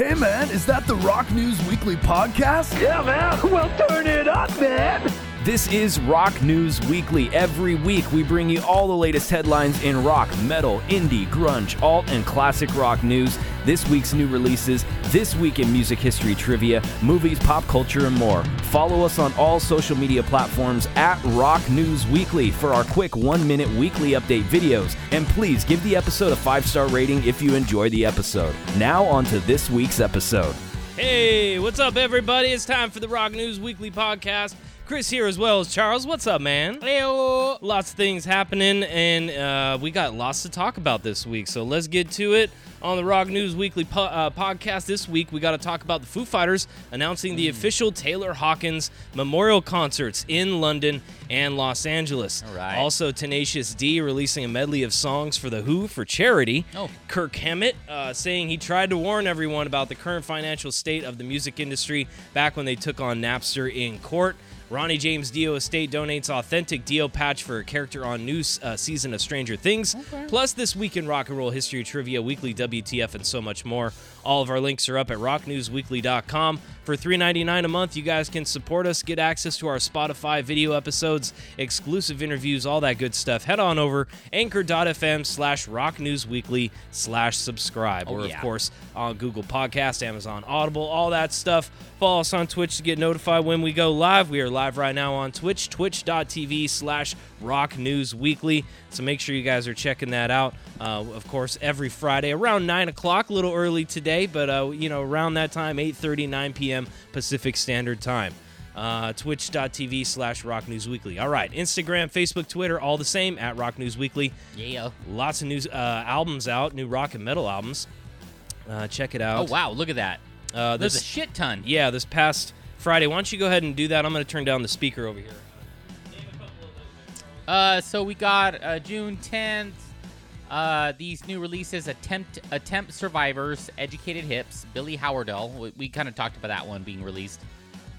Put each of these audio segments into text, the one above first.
man, is that the Rock News Weekly podcast? Yeah, man. Well, turn it up, man. This is Rock News Weekly. Every week, we bring you all the latest headlines in rock, metal, indie, grunge, alt, and classic rock news, this week's new releases, this week in music history trivia, movies, pop culture, and more. Follow us on all social media platforms at Rock News Weekly for our quick one minute weekly update videos. And please give the episode a five star rating if you enjoy the episode. Now, on to this week's episode. Hey, what's up, everybody? It's time for the Rock News Weekly Podcast. Chris here as well as Charles. What's up, man? Heyo. Lots of things happening, and uh, we got lots to talk about this week. So let's get to it. On the Rock News Weekly po- uh, podcast this week, we got to talk about the Foo Fighters announcing the official Taylor Hawkins Memorial Concerts in London and Los Angeles. All right. Also, Tenacious D releasing a medley of songs for The Who for charity. Oh. Kirk Hammett uh, saying he tried to warn everyone about the current financial state of the music industry back when they took on Napster in court. Ronnie James Dio Estate donates authentic Dio patch for a character on new uh, season of Stranger Things. Plus, this week in rock and roll history trivia, weekly WTF, and so much more. All of our links are up at rocknewsweekly.com. For $3.99 a month, you guys can support us, get access to our Spotify video episodes, exclusive interviews, all that good stuff. Head on over anchor.fm slash rocknewsweekly slash subscribe. We're, of course, on Google Podcast, Amazon Audible, all that stuff. Follow us on Twitch to get notified when we go live. We are live right now on Twitch, twitch.tv slash rock news weekly. So make sure you guys are checking that out. Uh, of course, every Friday around 9 o'clock, a little early today, but, uh, you know, around that time, 8.30, 9 p.m. Pacific Standard Time uh, twitch.tv slash rock news weekly all right instagram facebook twitter all the same at rock news weekly Yeah. lots of new uh, albums out new rock and metal albums uh, check it Oh out wow, look at that. uh, There's this a shit ton. yeah this past friday why don't you go ahead and do that i'm going to turn down the speaker over here Uh, so we got uh, June 10th. Uh, these new releases: Attempt, Attempt Survivors, Educated Hips, Billy Howardell. We, we kind of talked about that one being released.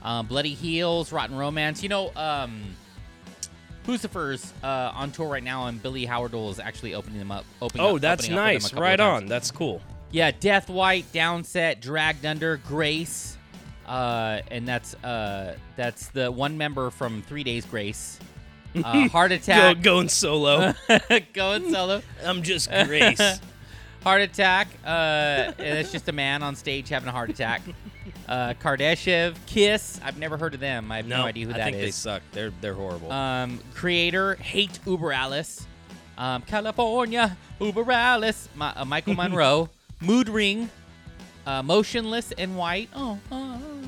Um, Bloody Heels, Rotten Romance. You know, um, Lucifer's uh, on tour right now, and Billy Howardell is actually opening them up. Opening oh up- that's opening up for them a nice couple of right times. on that's cool Yeah, Death White, Downset, Dragged Under, Grace, uh, and that's uh, that's the one member from Three Days Grace. Uh, heart go, attack, going solo going solo. i'm just grace Heart attack. Uh, and it's just a man on stage having a heart attack. Uh, Kardashev, Kiss. I've never heard of them. I have no, no idea who i that think they is. suck they're they're horrible Um, creator, hate Uber Alice. Um, California, Uber Alice. My, uh, Michael Monroe. Mood Ring. Uh, Motionless in White. Oh, oh, oh.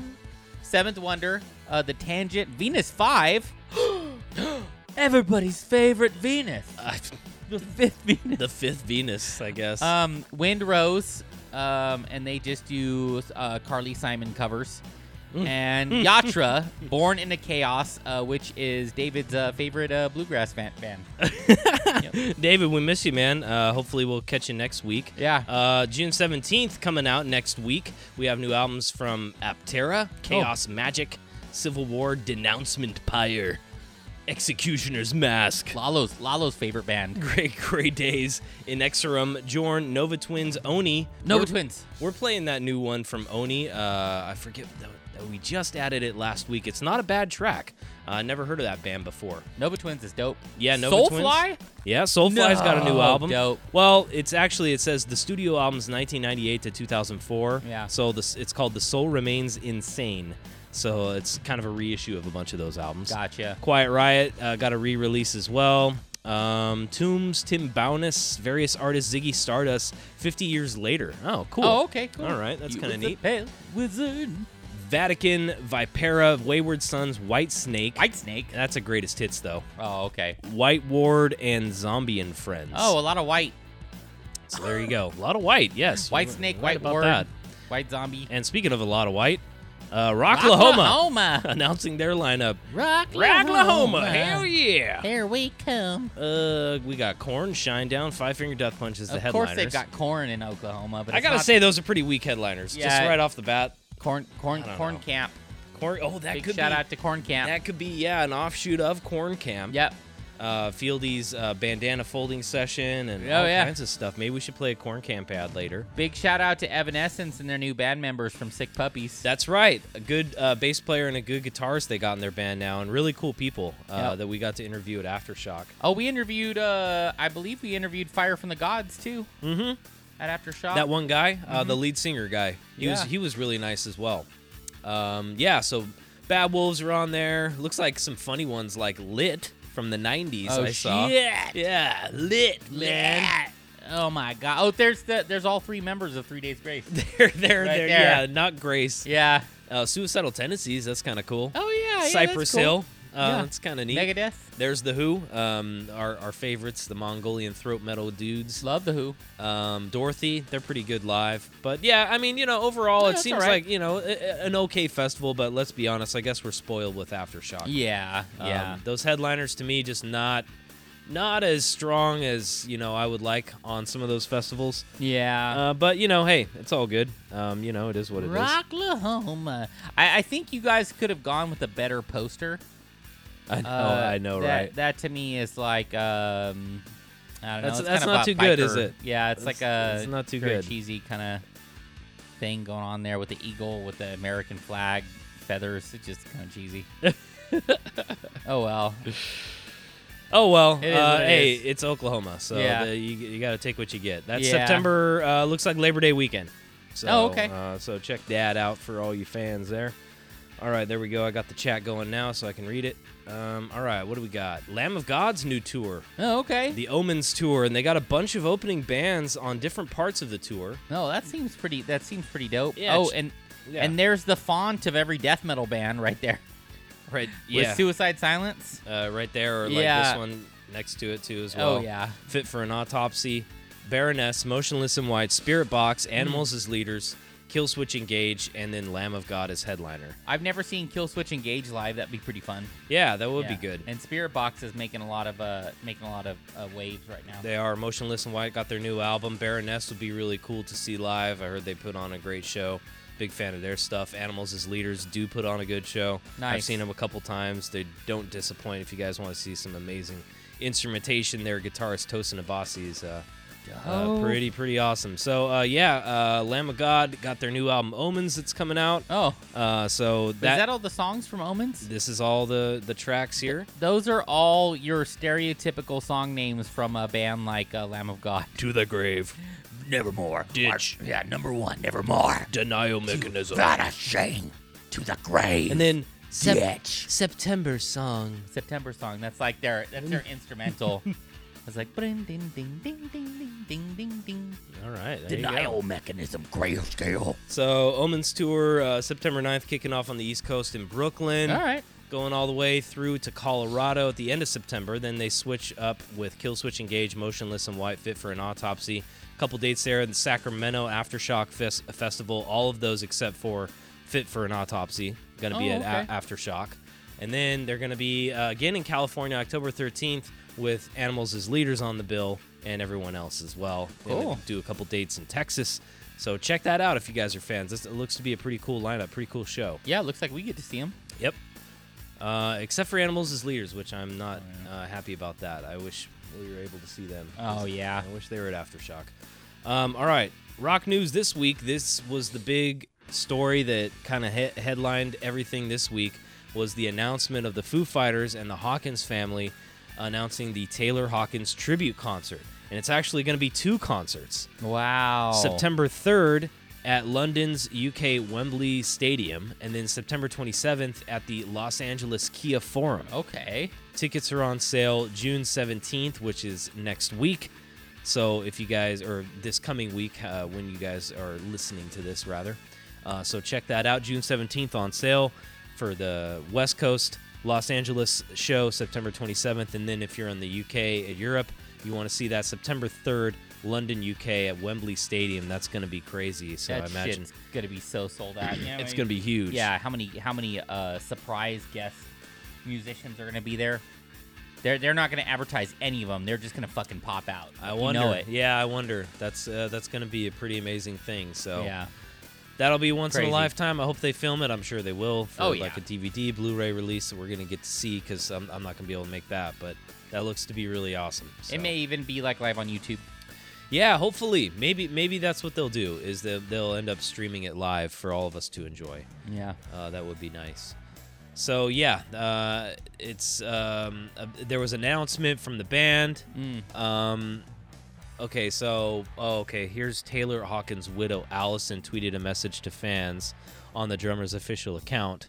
Seventh Wonder. Uh, the Tangent. Venus 5. Everybody's favorite Venus. the fifth Venus. the fifth venus i guess Um, Windrose, um, and they just do uh, Carly Simon covers. Mm. And Yatra, Born into Chaos, uh, which is David's uh, favorite uh, bluegrass fan. band. David, we miss you, man. Uh, hopefully, we'll catch you next week. Yeah. Uh, June seventeenth coming out next week. We have new albums from Aptera, Oh. Chaos Magic, Civil War, Denouncement Pyre, Executioner's Mask, Lalo's Lalo's favorite band. Great Gray Days, Inexorum, Jorn, Nova Twins, Oni. Nova We're- Twins. We're playing that new one from Oni. Uh, I forget. th- We just added it last week. It's not a bad track. Uh, never heard of that band before. Nova Twins is dope. Yeah, Nova Soulfly? Twins. Yeah, Soulfly's got a new No, album. dope. Well, it's actually it says the studio album's 1998 to 2004. Yeah. So this it's called The Soul Remains Insane. So it's kind of a reissue of a bunch of those albums. Gotcha. Quiet Riot uh, got a re-release as well. Um, Tombs, Tim Bowness, various artists, Ziggy Stardust, 50 years later. Oh, cool. Oh, okay, cool. All right, that's You kind of was a neat. pale Wizard. Vatican, Vipera, Wayward Sons, White Snake. White Snake. That's a greatest hits though. Oh, okay. White Ward and Zombie and Friends. Oh, a lot of white. So there you go. A lot of white, yes. White You're Snake, right White about Ward, that. White Zombie. And speaking of a lot of white, uh, Rocklahoma Oklahoma. announcing their lineup. Rocklahoma. Rocklahoma, hell yeah! Here we come. Uh, we got Corn, Shine Down, Five Finger Death Punch as the Of headliners. course, they've got corn in Oklahoma, but I it's gotta not say those are pretty weak headliners. Just Yeah. right off the bat, corn, corn, I don't corn know. camp. Corn. Oh, that Big could shout be out to corn camp. that could be yeah an offshoot of Corn Cam. yep. uh, Fieldy's uh, bandana folding session and Oh, all yeah. kinds of stuff. Maybe we should play a corn camp ad later. Big shout out to Evanescence and their new band members from Sick Puppies. That's right. A good uh, bass player and a good guitarist they got in their band now, and really cool people uh, Yep. that we got to interview at Aftershock. oh, we interviewed. uh I believe we interviewed Fire from the Gods too. Mm-hmm. At aftershock. That one guy, uh, the lead singer guy, he was mm-hmm. Yeah. he was really nice as well. Um, yeah, so Bad Wolves are on there. Looks like some funny ones like Lit from the '90s. Oh, I saw. shit. Yeah, Lit man. Oh my god. Oh, there's the there's all three members of Three Days Grace. They're there, Right there. there. Yeah, not Grace. yeah. Uh, suicidal tendencies. That's kind of cool. Oh yeah. Cypress Hill. Uh, Yeah. That's kind of neat. Megadeth. There's the Who, um, our, our favorites, the Mongolian throat metal dudes. Love the Who. Um, Dorothy, they're pretty good live. But yeah, I mean, you know, overall, Yeah, it that's seems all right. like, you know, a- a- an okay festival, but let's be honest, I guess we're spoiled with Aftershock. Yeah. Um, Yeah. those headliners to me just not not as strong as, you know, I would like on some of those festivals. yeah. Uh, but, you know, hey, it's all good. Um, you know, it is what it is. Rocklahoma. I, I think you guys could have gone with a better poster. I know, Uh, Oh, I know, that, right? That to me is like um, I don't know. That's- it's that's kind of not a too good, biker- is it? Yeah, it's like a It's- it's not too very good. cheesy kind of thing going on there with the eagle with the American flag feathers. It's just kind of cheesy. oh well. Oh well, It is uh, what it hey, is. it's Oklahoma, so Yeah. the, you, you got to take what you get. That's Yeah. September. Uh, looks like Labor Day weekend. So, Oh, okay. Uh, so check that out for all you fans there. All right, there we go. I got the chat going now, so I can read it. Um, all right, what do we got? Lamb of God's new tour, Oh okay. the Omens tour, and they got a bunch of opening bands on different parts of the tour. no, that seems pretty. That seems pretty dope. Yeah, oh, ch- and yeah. and there's the font of every death metal band right there. Right. With Yeah. Suicide Silence. uh, right there, or like Yeah. this one next to it too, as well. Oh yeah. Fit for an Autopsy, Baroness, Motionless in White, Spirit Box, Hmm. Animals as Leaders, Killswitch Engage, and then Lamb of God as headliner. I've never seen Killswitch Engage live. That'd be pretty fun. Yeah, that would be Yeah. good. And Spirit Box is making a lot of uh making a lot of uh, waves right now. They are Motionless in White, got their new album. Baroness would be really cool to see live. I heard they put on a great show. Big fan of their stuff. Animals as Leaders do put on a good show. I've Nice. seen them a couple times. They don't disappoint if you guys want to see some amazing instrumentation. Their guitarist Tosin Abasi is uh, Uh, Oh. pretty pretty awesome. So uh, yeah, uh, Lamb of God got their new album Omens that's coming out. Oh, Uh, so is that that, all the songs from Omens? this is all the the tracks here. Those are all your stereotypical song names from a band like uh, Lamb of God. To the grave, Nevermore. ditch, Yeah, number one, nevermore. denial mechanism, Not a shame. To the grave. and then Sep- Ditch. September song. September song. That's like their that's their instrumental. It's like ding ding ding ding ding ding ding ding. All right, there you go. Denial mechanism, grayscale. So Omens tour uh, September 9th, kicking off on the East Coast in Brooklyn. All right. going all the way through to Colorado at the end of September. Then they switch up with Kill Switch Engage, Motionless, and White Fit for an Autopsy. A couple dates there, the Sacramento Aftershock Fest- Festival, all of those except for Fit for an Autopsy. Going to be Oh, at okay. a- Aftershock. And then they're going to be uh, again in California October 13th with Animals as Leaders on the bill and everyone else as well. They're gonna Cool. Do a couple dates in Texas. So check that out if you guys are fans. This, it looks to be a pretty cool lineup, pretty cool show. Yeah, looks like we get to see them. Yep. Uh, except for animals as leaders, which I'm not uh, happy about that. I wish we were able to see them. Oh, yeah. I wish they were at Aftershock. Um, all right, rock news this week. This was the big story that kind of he- headlined everything this week. Was the announcement of the Foo Fighters and the Hawkins family announcing the Taylor Hawkins tribute concert, and it's actually going to be two concerts. Wow. September 3rd at London's UK Wembley Stadium, and then September 27th at the Los Angeles Kia Forum. Okay. Tickets are on sale June 17th, which is next week. So if you guys, or this coming week, uh, when you guys are listening to this, rather. Uh, so check that out. June 17th on sale for the West Coast Los Angeles show, September 27th. And then if you're in the UK at Europe, you want to see that September 3rd, London, UK at Wembley Stadium. That's going to be crazy. So that I imagine shit's gonna be so sold out. Yeah, it's I going to mean- be huge. Yeah, how many how many uh, surprise guest musicians are gonna be there? They're they're not gonna advertise any of them. They're just gonna fucking pop out. I You wonder. know it. Yeah, I wonder. That's uh, that's going to be a pretty amazing thing. So Yeah. That'll be once in Crazy. a lifetime. I hope they film it. I'm sure they will for Oh, like yeah. a DVD, Blu-ray release that we're gonna get to see because I'm, I'm not gonna be able to make that, but that looks to be really awesome. So. It may even be like live on YouTube. Yeah, hopefully. Maybe maybe that's what they'll do is they'll, they'll end up streaming it live for all of us to enjoy. Yeah. Uh, that would be nice. So yeah, uh, it's um, uh, there was announcement from the band. Um, okay, so oh, okay, here's Taylor Hawkins' widow, Allison, tweeted a message to fans on the drummer's official account.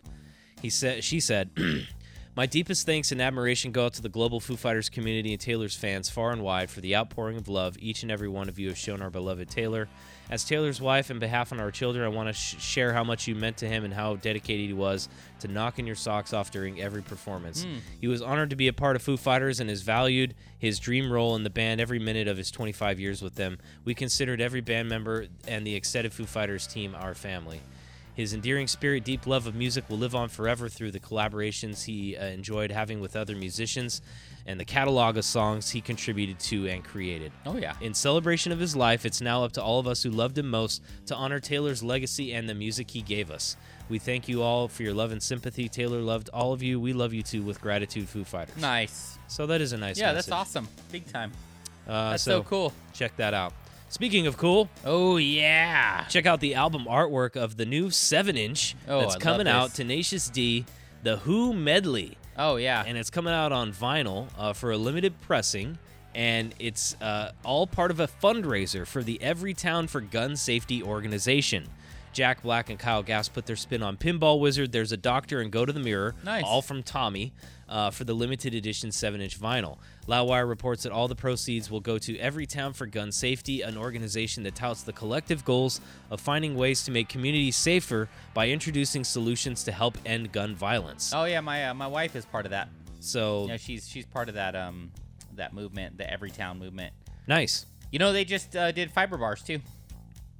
He said, she said, "My deepest thanks and admiration go out to the global Foo Fighters community and Taylor's fans far and wide for the outpouring of love each and every one of you have shown our beloved Taylor. As Taylor's wife and behalf on our children, I want to sh- share how much you meant to him and how dedicated he was to knocking your socks off during every performance. He was honored to be a part of Foo Fighters and has valued his dream role in the band every minute of his 25 years with them. We considered every band member and the extended Foo Fighters team our family." His endearing spirit, deep love of music will live on forever through the collaborations he uh, enjoyed having with other musicians and the catalog of songs he contributed to and created. Oh yeah. In celebration of his life, it's now up to all of us who loved him most to honor Taylor's legacy and the music he gave us. We thank you all for your love and sympathy. Taylor loved all of you. We love you too with gratitude, Foo Fighters. nice. So that is a nice Yeah, that's message. awesome. Big time. Uh, That's so cool. Check that out. Speaking of cool, Oh yeah. Check out the album artwork of the new 7 inch Oh, I that's love coming out, this. Tenacious D, The Who Medley. Oh yeah. And it's coming out on vinyl uh, for a limited pressing. And it's uh, all part of a fundraiser for the Every Town for Gun Safety organization. Jack Black and Kyle Gass put their spin on Pinball Wizard, There's a Doctor, and Go to the Mirror, Nice. all from Tommy, uh, for the limited edition 7 inch vinyl. Loudwire reports that all the proceeds will go to Every Town for Gun Safety, an organization that touts the collective goals of finding ways to make communities safer by introducing solutions to help end gun violence. oh yeah. My uh, my wife is part of that. So Yeah, she's she's part of that um that movement, the Every Town movement. nice. You know, they just uh, did fiber bars too.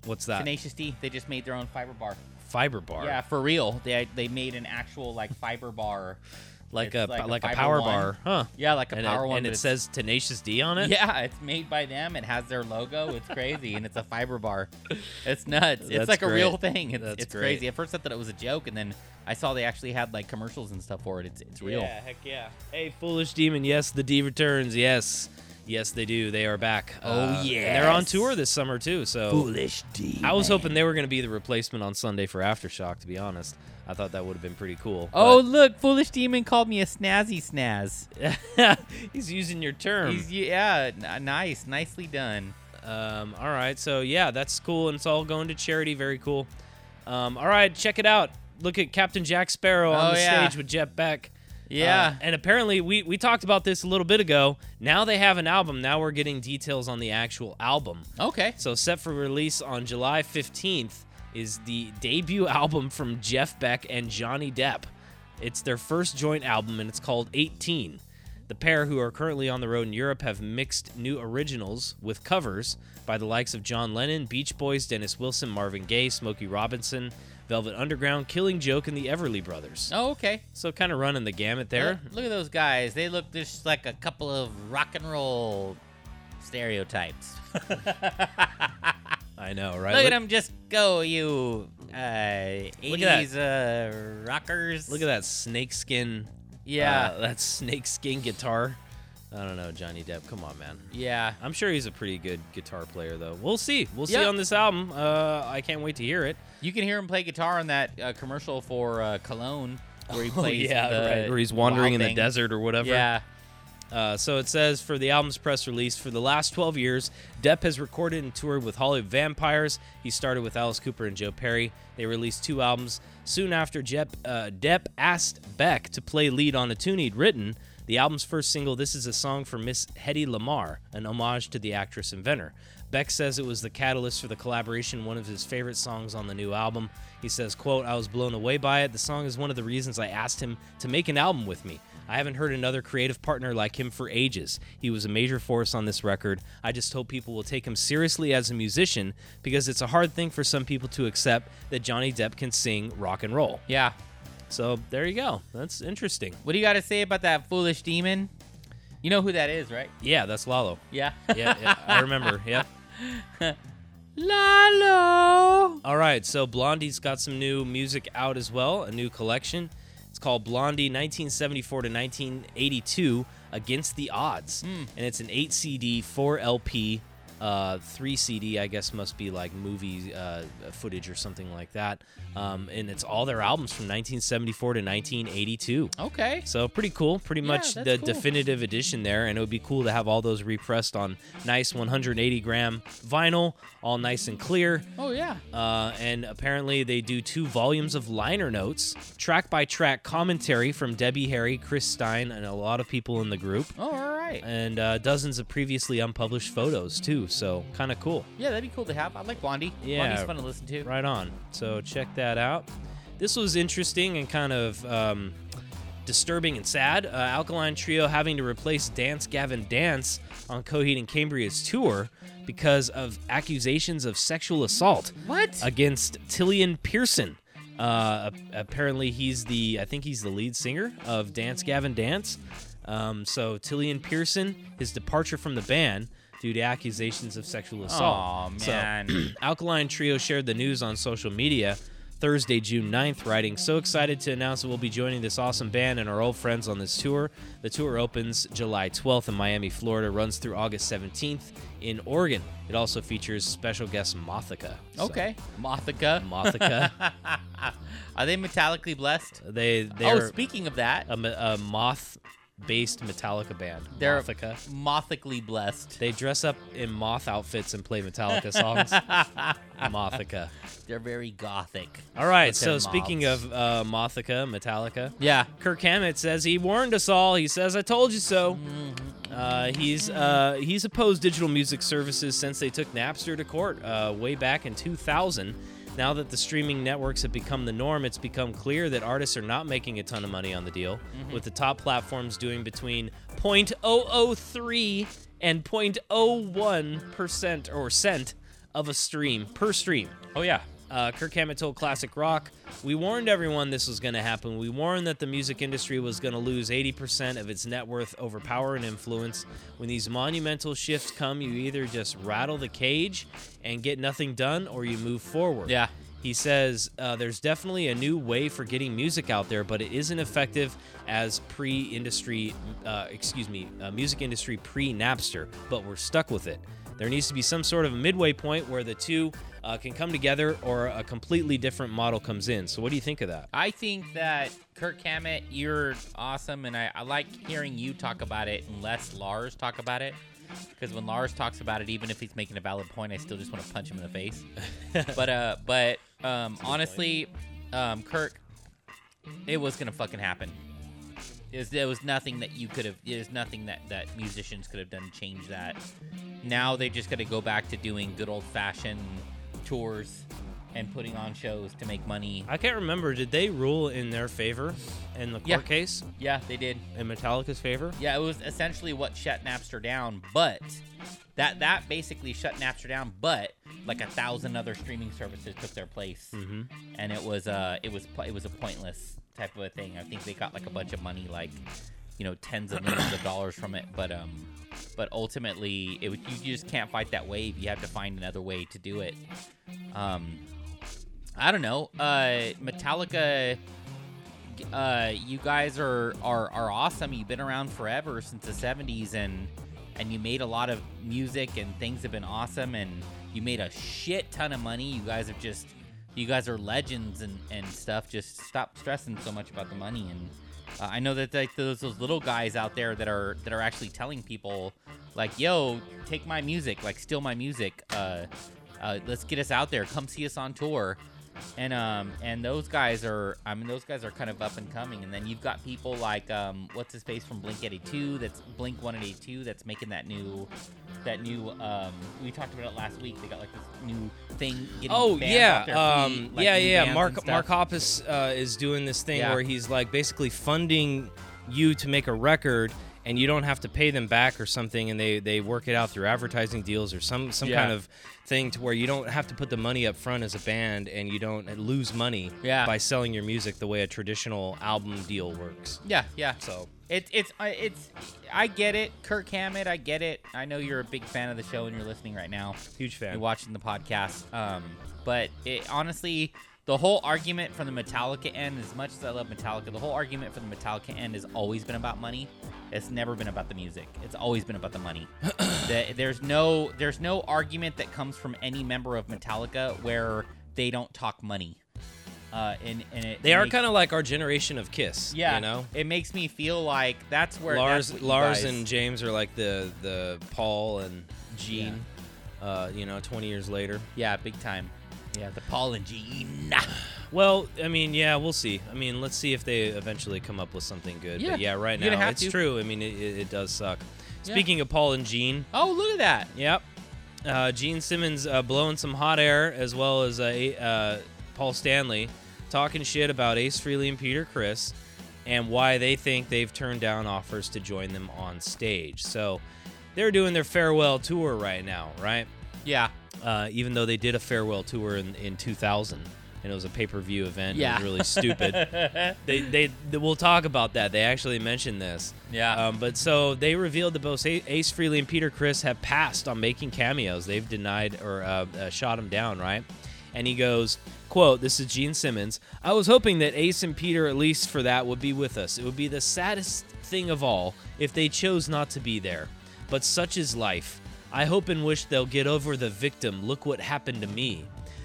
What's that? Tenacious D. They just made their own fiber bar. Fiber bar. Yeah, for real. They they made an actual like fiber bar. Like It's a like, a fiber power one. bar, huh? Yeah, like a and power it, one. and but it it's- says Tenacious D on it. Yeah, it's made by them. It has their logo. It's crazy, and it's a fiber bar. It's nuts. It's That's like a real great. thing. It's, That's it's great. crazy. At first, I thought it was a joke, and then I saw they actually had like commercials and stuff for it. It's it's real. heck yeah. Hey, foolish demon. Yes, the D returns. Yes, yes, they do. They are back. Uh, Oh, and they're on yes. tour this summer too. So Foolish D. I was hoping they were going to be the replacement on Sunday for AfterShock. To be honest, I thought that would have been pretty cool. Oh look, foolish demon called me a snazzy snaz. but- he's using your term. He's, yeah, n- nice, nicely done. Um, all right, so yeah, that's cool, and it's all going to charity. Very cool. Um, all right, check it out. Look at Captain Jack Sparrow on Oh, the yeah. stage with Jet Beck. Yeah. Uh, and apparently, we, we talked about this a little bit ago. Now they have an album. Now we're getting details on the actual album. okay. So, set for release on July 15th is the debut album from Jeff Beck and Johnny Depp. It's their first joint album, and it's called 18. The pair, who are currently on the road in Europe, have mixed new originals with covers by the likes of John Lennon, Beach Boys, Dennis Wilson, Marvin Gaye, Smokey Robinson, Velvet Underground, Killing Joke, and the Everly Brothers. Oh, okay. So, kind of running the gamut Look, there. look at those guys. They look just like a couple of rock and roll stereotypes. I know, right? Look at them just go, you uh, 80s uh, rockers. Look at that snakeskin. Yeah. uh, that snakeskin guitar. I don't know, Johnny Depp. Come on, man. yeah. I'm sure he's a pretty good guitar player, though. We'll see. We'll see Yeah. on this album. Uh, I can't wait to hear it. You can hear him play guitar on that uh, commercial for uh, Cologne where he plays the Oh, Where he's wandering wow in the thing. desert or whatever. Yeah. Uh, so it says for the album's press release, for the last 12 years, Depp has recorded and toured with Hollywood Vampires. He started with Alice Cooper and Joe Perry. They released two albums. Soon after, Jep, uh, Depp asked Beck to play lead on a tune he'd written. The album's first single, This Is a Song for Miss Hedy Lamar, an homage to the actress inventor. Beck says it was the catalyst for the collaboration, one of his favorite songs on the new album. He says, quote, I was blown away by it. The song is one of the reasons I asked him to make an album with me. I haven't heard another creative partner like him for ages. He was a major force on this record. I just hope people will take him seriously as a musician because it's a hard thing for some people to accept that Johnny Depp can sing rock and roll. Yeah. So there you go. That's interesting. What do you got to say about that foolish demon? You know who that is, right? Yeah, that's Lalo. Yeah. Yeah, yeah I remember. Yeah. Lalo. All right, so Blondie's got some new music out as well, a new collection. It's called Blondie 1974 to 1982 Against the Odds. Hmm. And it's an 8 CD, 4 LP, uh, 3 CD, I guess must be like movie uh, footage or something like that. Um, and it's all their albums from 1974 to 1982. Okay. So pretty cool, pretty much that's the cool. definitive edition there, and it would be cool to have all those repressed on nice 180 gram vinyl, all nice and clear. Oh yeah. Uh, and apparently, they do two volumes of liner notes, track by track commentary from Debbie Harry, Chris Stein, and a lot of people in the group, Oh, all right. and uh, dozens of previously unpublished photos, too. So, kind of cool. Yeah, that'd be cool to have. I like Blondie. Yeah. Blondie's fun to listen to. Right on. So, check that out. This was interesting and kind of um, disturbing and sad. Uh, Alkaline Trio having to replace Dance Gavin Dance on Coheed and Cambria's tour because of accusations of sexual assault. What? against Tillian Pearson. Uh, ap- apparently, he's the I think he's the lead singer of Dance Gavin Dance. Um, so Tillian Pearson, his departure from the band due to accusations of sexual oh assault. So, man. Alkaline Trio shared the news on social media Thursday, June 9th, writing, So excited to announce that we'll be joining this awesome band and our old friends on this tour. The tour opens July 12th in Miami, Florida, runs through August 17th in Oregon. It also features special guest Mothica. So, okay. Mothica. Mothica. Are they metallically blessed? they oh, they're speaking of that, a, me- a moth based Metallica band. they're Mothica. mothically blessed. They dress up in moth outfits and play Metallica songs. Mothica. They're very gothic. All right. With So their speaking mouths. of uh, Mothica, Metallica, Yeah. Kirk Hammett says he warned us all. He says, "I told you so." Uh, he's uh, he's opposed digital music services since they took Napster to court uh, way back in 2000. Now that the streaming networks have become the norm, it's become clear that artists are not making a ton of money on the deal, with the top platforms doing between 0.003 and 0.01 percent or cent of a stream per stream. Oh yeah. Uh, Kirk Hammett told Classic Rock, "We warned everyone this was going to happen. We warned that the music industry was going to lose 80% of its net worth over power and influence. When these monumental shifts come, you either just rattle the cage and get nothing done, or you move forward." Yeah. He says, uh, "There's definitely a new way for getting music out there, but it isn't effective as pre-industry, uh, excuse me, uh, music industry pre-Napster. But we're stuck with it. There needs to be some sort of a midway point where the two uh, can come together, or a completely different model comes in. So, what do you think of that? I think that Kirk Hammett, you're awesome, and I, I like hearing you talk about it and less Lars talk about it. Because when Lars talks about it, even if he's making a valid point, I still just want to punch him in the face. but uh, but um, honestly, um, Kirk, it was gonna fucking happen. It was, there was nothing that you could have. There's nothing that that musicians could have done to change that. Now they just got to go back to doing good old fashioned tours and putting on shows to make money. I can't remember. Did they rule in their favor in the court Yeah. case Yeah, they did. in Metallica's favor? Yeah, it was essentially what shut Napster down, but that that basically shut Napster down, but like a thousand other streaming services took their place, mm-hmm. and it was uh it was pl- it was a pointless type of a thing. I think they got like a bunch of money, like you know tens of millions of dollars from it, but um but ultimately it was, you just can't fight that wave. You have to find another way to do it. Um, I don't know. Uh, Metallica uh, you guys are, are are awesome. You've been around forever since the '70s, and and you made a lot of music, and things have been awesome, and you made a shit ton of money. You guys have just, you guys are legends and and stuff. Just stop stressing so much about the money. And uh, I know that like those those little guys out there that are that are actually telling people, like, yo, take my music, like, steal my music. Uh, uh, let's get us out there. Come see us on tour and um and those guys are I mean those guys are kind of up and coming and then you've got people like um what's his face from Blink 82 that's Blink 182 that's making that new that new um we talked about it last week they got like this new thing getting Oh bands yeah, off their um, feet, like, yeah, new yeah. bands Mark and Mark stuff. Hoppus uh, is doing this thing Yeah. where he's like basically funding you to make a record, and you don't have to pay them back or something, and they, they work it out through advertising deals or some, some Yeah. kind of thing to where you don't have to put the money up front as a band and you don't uh, lose money Yeah. by selling your music the way a traditional album deal works. Yeah, yeah. So- it's it's I- it's I get it, Kirk Hammett. I get it. I know you're a big fan of the show and you're listening right now. Huge fan. You're watching the podcast. Um, but it honestly, the whole argument from the Metallica end, as much as I love Metallica, the whole argument from the Metallica end has always been about money. It's never been about the music. It's always been about the money. The- there's no there's no argument that comes from any member of Metallica where they don't talk money. Uh, and, and it They are makes- kind of like our generation of Kiss. yeah, You know? it makes me feel like that's where Lars, that's what you Lars, guys- and James are like the the Paul and Gene. Uh, you know, 20 years later. yeah, big time. Yeah, the Paul and Gene. Well, I mean, yeah, we'll see. I mean, let's see if they eventually come up with something good. Yeah, But yeah, right you're gonna now have it's to. true. I mean, it, it, it does suck. Yeah. Speaking of Paul and Gene, Oh, look at that. yep, uh, Gene Simmons uh, blowing some hot air as well as uh, A- uh, Paul Stanley talking shit about Ace Frehley and Peter Chris and why they think they've turned down offers to join them on stage. So they're doing their farewell tour right now, right? Yeah, uh, even though they did a farewell tour in, in 2000 and it was a pay-per-view event it Yeah. was really stupid they, they th- we'll talk about that they actually mentioned this Yeah. um, but so they revealed that both A- ace freely and peter chris have passed on making cameos they've denied or uh, uh, shot him down right and he goes quote this is gene simmons i was hoping that ace and peter at least for that would be with us it would be the saddest thing of all if they chose not to be there but such is life. I hope and wish they'll get over the victim. Look what happened to me.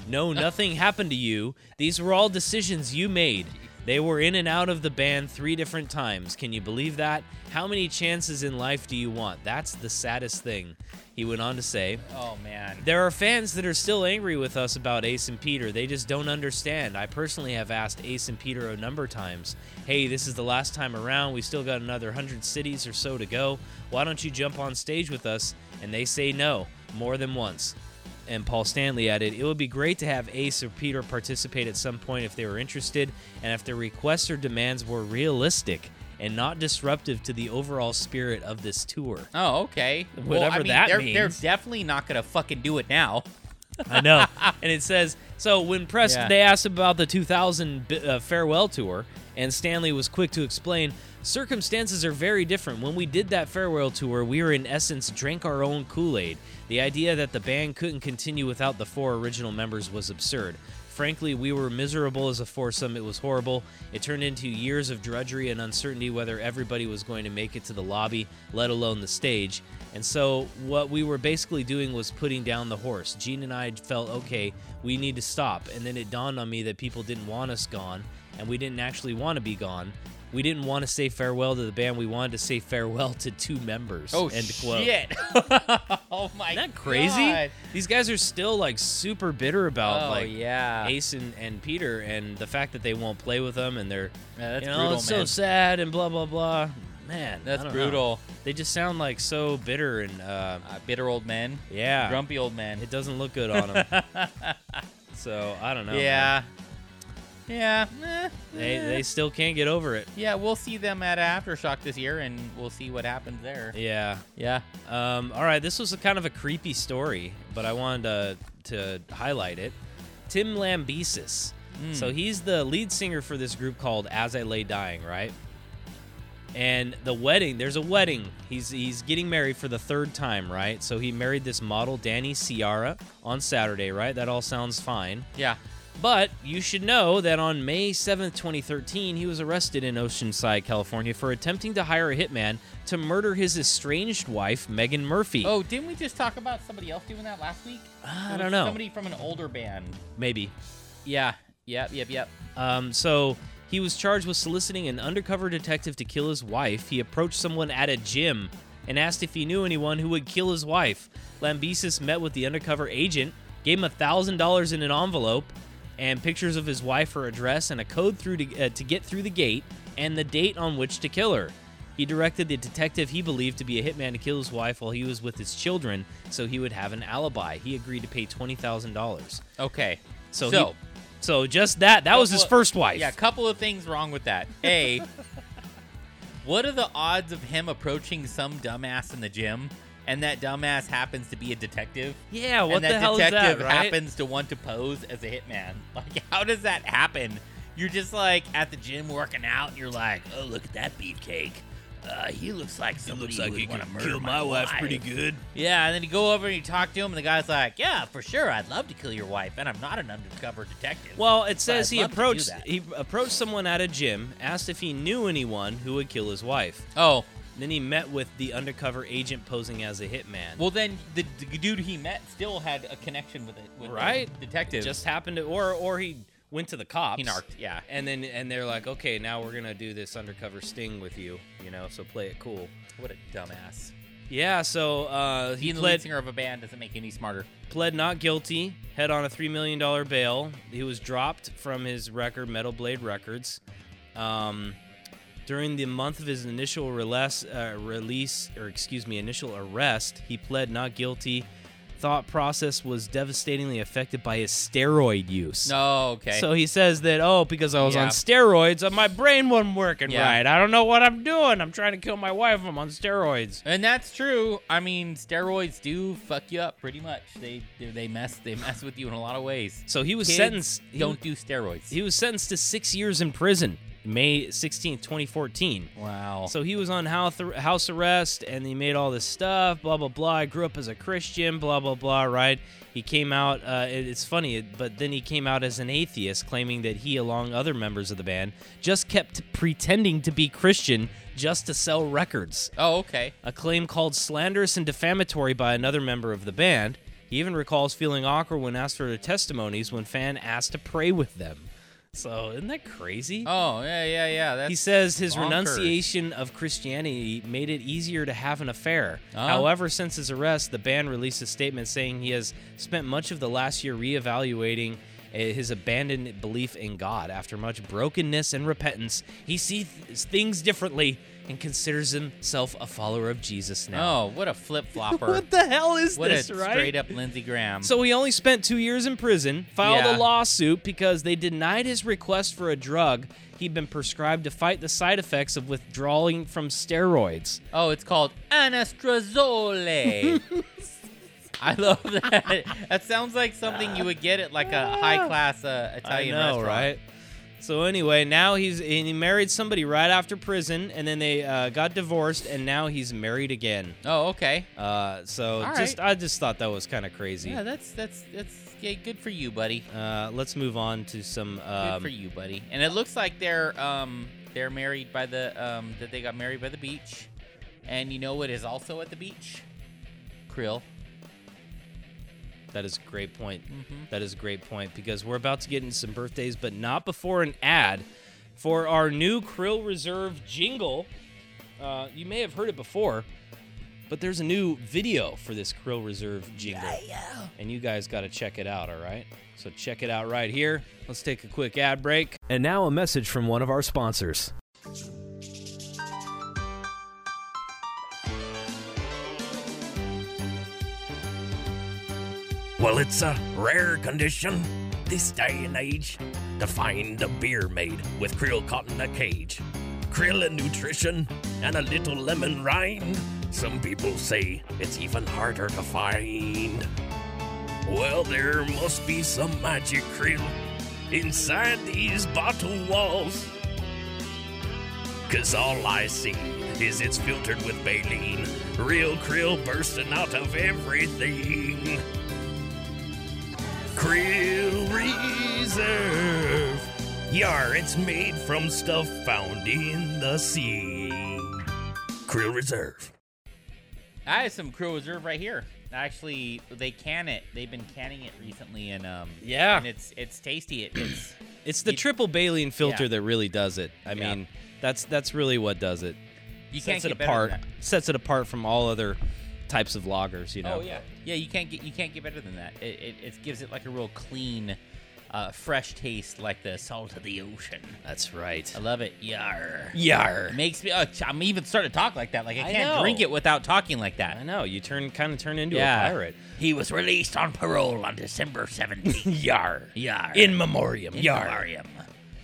No, nothing happened to you. These were all decisions you made. They were in and out of the band three different times. Can you believe that? How many chances in life do you want? That's the saddest thing. He went on to say, Oh man. there are fans that are still angry with us about Ace and Peter. They just don't understand. I personally have asked Ace and Peter a number of times, hey, this is the last time around. We still got another 100 cities or so to go. Why don't you jump on stage with us? And they say no more than once. And Paul Stanley added, it would be great to have Ace or Peter participate at some point if they were interested and if their requests or demands were realistic and not disruptive to the overall spirit of this tour. Oh, okay. well, I Whatever mean, that they're, They're means. definitely not gonna fucking do it now. I know. and it says so when pressed, Yeah. they asked about the 2000 bi- uh, farewell tour, and Stanley was quick to explain. Circumstances are very different. When we did that farewell tour, we were in essence drank our own Kool Aid. The idea that the band couldn't continue without the four original members was absurd. Frankly, we were miserable as a foursome. It was horrible. It turned into years of drudgery and uncertainty whether everybody was going to make it to the lobby, let alone the stage. And so, what we were basically doing was putting down the horse. Gene and I felt, okay, we need to stop. And then it dawned on me that people didn't want us gone, and we didn't actually want to be gone. We didn't want to say farewell to the band. We wanted to say farewell to two members. End quote. Oh, shit. oh my. Isn't that crazy? God. These guys are still like super bitter about Oh, like yeah. Ace and, and Peter and the fact that they won't play with them and they're Yeah, that's you know brutal, it's so man. sad and blah blah blah. Man, I That's don't know. brutal. They just sound like so bitter and uh, Uh, bitter old men. yeah, Grumpy old men. it doesn't look good on them. so I don't know. man. yeah. Oh, Yeah. eh, they eh. they still can't get over it. Yeah, we'll see them at Aftershock this year, and we'll see what happens there. Yeah. Yeah. Um, all right, this was a kind of a creepy story, but I wanted to, to highlight it. Tim Lambesis. So he's the lead singer for this group called As I Lay Dying, right? And the wedding, there's a wedding. He's he's getting married for the third time, right? So he married this model Danny Ciara on Saturday, right? That all sounds fine. Yeah. But you should know that on May 7th, 2013, he was arrested in Oceanside, California for attempting to hire a hitman to murder his estranged wife, Megan Murphy. Oh, didn't we just talk about somebody else doing that last week? I It was don't know. Somebody from an older band. maybe. Yeah. Yep. Yep. Yep. Um, so he was charged with soliciting an undercover detective to kill his wife. He approached someone at a gym and asked if he knew anyone who would kill his wife. Lambesis met with the undercover agent, gave him $1,000 in an envelope, and pictures of his wife, her address, and a code through to, uh, to get through the gate and the date on which to kill her. He directed the detective he believed to be a hitman to kill his wife while he was with his children so he would have an alibi. He agreed to pay $20,000. Okay. So, so he- so just that. That was his couple- first wife. Yeah. A couple of things wrong with that. A. What are the odds of him approaching some dumbass in the gym, and that dumbass happens to be a detective? Yeah, what and the that hell is detective that, right? happens to want to pose as a hitman. Like, how does that happen? You're just like at the gym working out, and you're like, Oh, look at that beefcake. Uh, he looks like somebody Looks like who he would can want to murder kill my, my wife pretty good. yeah. And then you go over and you talk to him, and the guy's like, yeah, for sure, I'd love to kill your wife, and I'm not an undercover detective. Well, it says I'd he love to do approached that. he approached someone at a gym, asked if he knew anyone who would kill his wife. oh, Then he met with the undercover agent posing as a hitman. well then the, the dude he met still had a connection with it, with the right, detective. just happened to, or or he went to the cops. he narked, yeah. and then and they're like, okay, now we're gonna do this undercover sting with you, you know. So play it cool. What a dumbass. Yeah. So uh, he Being the lead pled singer of a band doesn't make you any smarter. pled not guilty. Head on a three million dollar bail. He was dropped from his record, Metal Blade Records. Um, during the month of his initial release, uh, release or excuse me, initial arrest, he pled not guilty. Thought process was devastatingly affected by his steroid use. No, okay. So he says that, oh, because I was Yeah. on steroids, uh, my brain wasn't working Yeah. right. I don't know what I'm doing. I'm trying to kill my wife. I'm on steroids. And that's true. I mean, steroids do fuck you up pretty much. They they- they mess they mess with you in a lot of ways. So he was Kids, sentenced. he- Don't do steroids. He was sentenced to six years in prison, May 16, 2014. wow. So he was on house, house arrest and he made all this stuff, blah, blah, blah. I grew up as a Christian, blah, blah, blah, right? He came out, uh, it- it's funny, but then he came out as an atheist, claiming that he, along other members of the band, just kept pretending to be Christian just to sell records. oh, okay. A claim called slanderous and defamatory by another member of the band. He even recalls feeling awkward when asked for their testimonies when fan asked to pray with them. So, isn't that crazy? Oh, yeah, yeah, yeah. That's He says his bonkers. renunciation of Christianity made it easier to have an affair. Huh? However, since his arrest, the band released a statement saying he has spent much of the last year reevaluating uh, his abandoned belief in God. After much brokenness and repentance, he sees things differently and considers himself a follower of Jesus now. Oh, what a flip flopper. What the hell is What this, a right? straight up Lindsey Graham. So he only spent two years in prison, filed a Yeah. lawsuit because they denied his request for a drug he'd been prescribed to fight the side effects of withdrawing from steroids. Oh, it's called anastrazole. I love that. That sounds like something you would get at like a high class uh, Italian I know, restaurant. right? So anyway, now he's and he married somebody right after prison, and then they uh, got divorced, and now he's married again. Oh, okay. Uh, so All just I just thought that was kind of crazy. Yeah, that's that's that's yeah, good for you, buddy. Uh, let's move on to some. Good Um, for you, buddy. And it looks like they're um they're married by the um that they got married by the beach. And you know what is also at the beach? Krill. That is a great point. Mm-hmm. That is a great point because we're about to get into some birthdays, but not before an ad for our new Krill Reserve jingle. Uh, you may have heard it before, but there's a new video for this Krill Reserve jingle. And you guys got to check it out, all right? So check it out right here. Let's take a quick ad break. And now a message from one of our sponsors. Well, it's a rare condition this day and age to find a beer made with krill caught in a cage. Krill and nutrition and a little lemon rind. Some people say it's even harder to find. Well, there must be some magic krill inside these bottle walls. Cause all I see is it's filtered with baleen, real krill bursting out of everything. Krill Reserve. Yar, it's made from stuff found in the sea. Krill Reserve. I have some Krill Reserve right here. Actually, they can it. They've been canning it recently, and um, Yeah. and it's it's tasty. It, it's It's the You- triple baleen filter Yeah. that really does it. I Yeah. mean, that's that's really what does it. you can't sets it get better than apart. Sets it apart from all other types of loggers, you that. know. Oh, yeah. You can't get you can't get better than that. It it, it gives it like a real clean, uh, fresh taste, like the salt of the ocean. That's right. I love it. Yar. Yar. Makes me. Uh, I'm even starting to talk like that. Like I I can't know. drink it without talking like I that. know you turn kind of turn into Yeah. a pirate. He was released on parole on December 17th. Yar. Yar. In memoriam. In Yar. memoriam.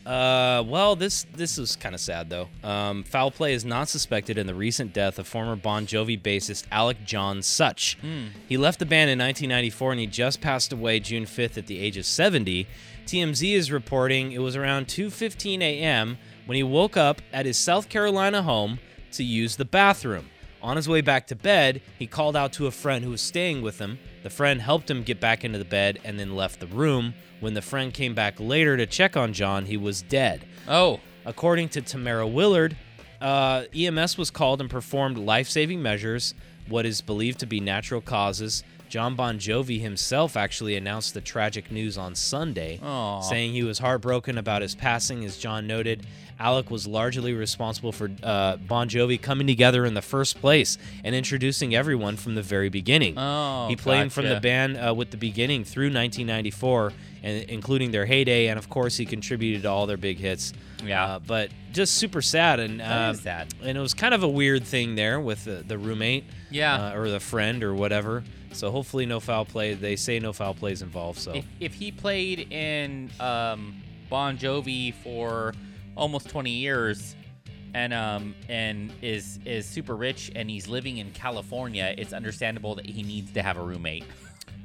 Uh, well, this this was kind of sad though. Um, foul play is not suspected in the recent death of former Bon Jovi bassist Alec John Such. Hmm. He left the band in 1994 and he just passed away June 5th at the age of 70. TMZ is reporting it was around 2:15 a.m. when he woke up at his South Carolina home to use the bathroom. On his way back to bed, he called out to a friend who was staying with him. The friend helped him get back into the bed and then left the room. When the friend came back later to check on John, he was dead. Oh, According to Tamara Willard, uh, EMS was called and performed life saving measures, what is believed to be natural causes. John Bon Jovi himself actually announced the tragic news on Sunday, Aw. saying he was heartbroken about his passing. As John noted, Alec was largely responsible for uh, Bon Jovi coming together in the first place and introducing everyone from the very beginning. Oh, he played from the gotcha. band band uh, with the beginning through 1994, and including their heyday, and of course he contributed to all their big hits. Yeah. Uh, but just super sad, and That uh, is sad. and it was kind of a weird thing there with the, the roommate, Yeah. uh, or the friend or whatever. So hopefully no foul play. They say no foul plays involved. So if, if he played in um, Bon Jovi for almost 20 years and um and is is super rich and he's living in California, it's understandable that he needs to have a roommate. it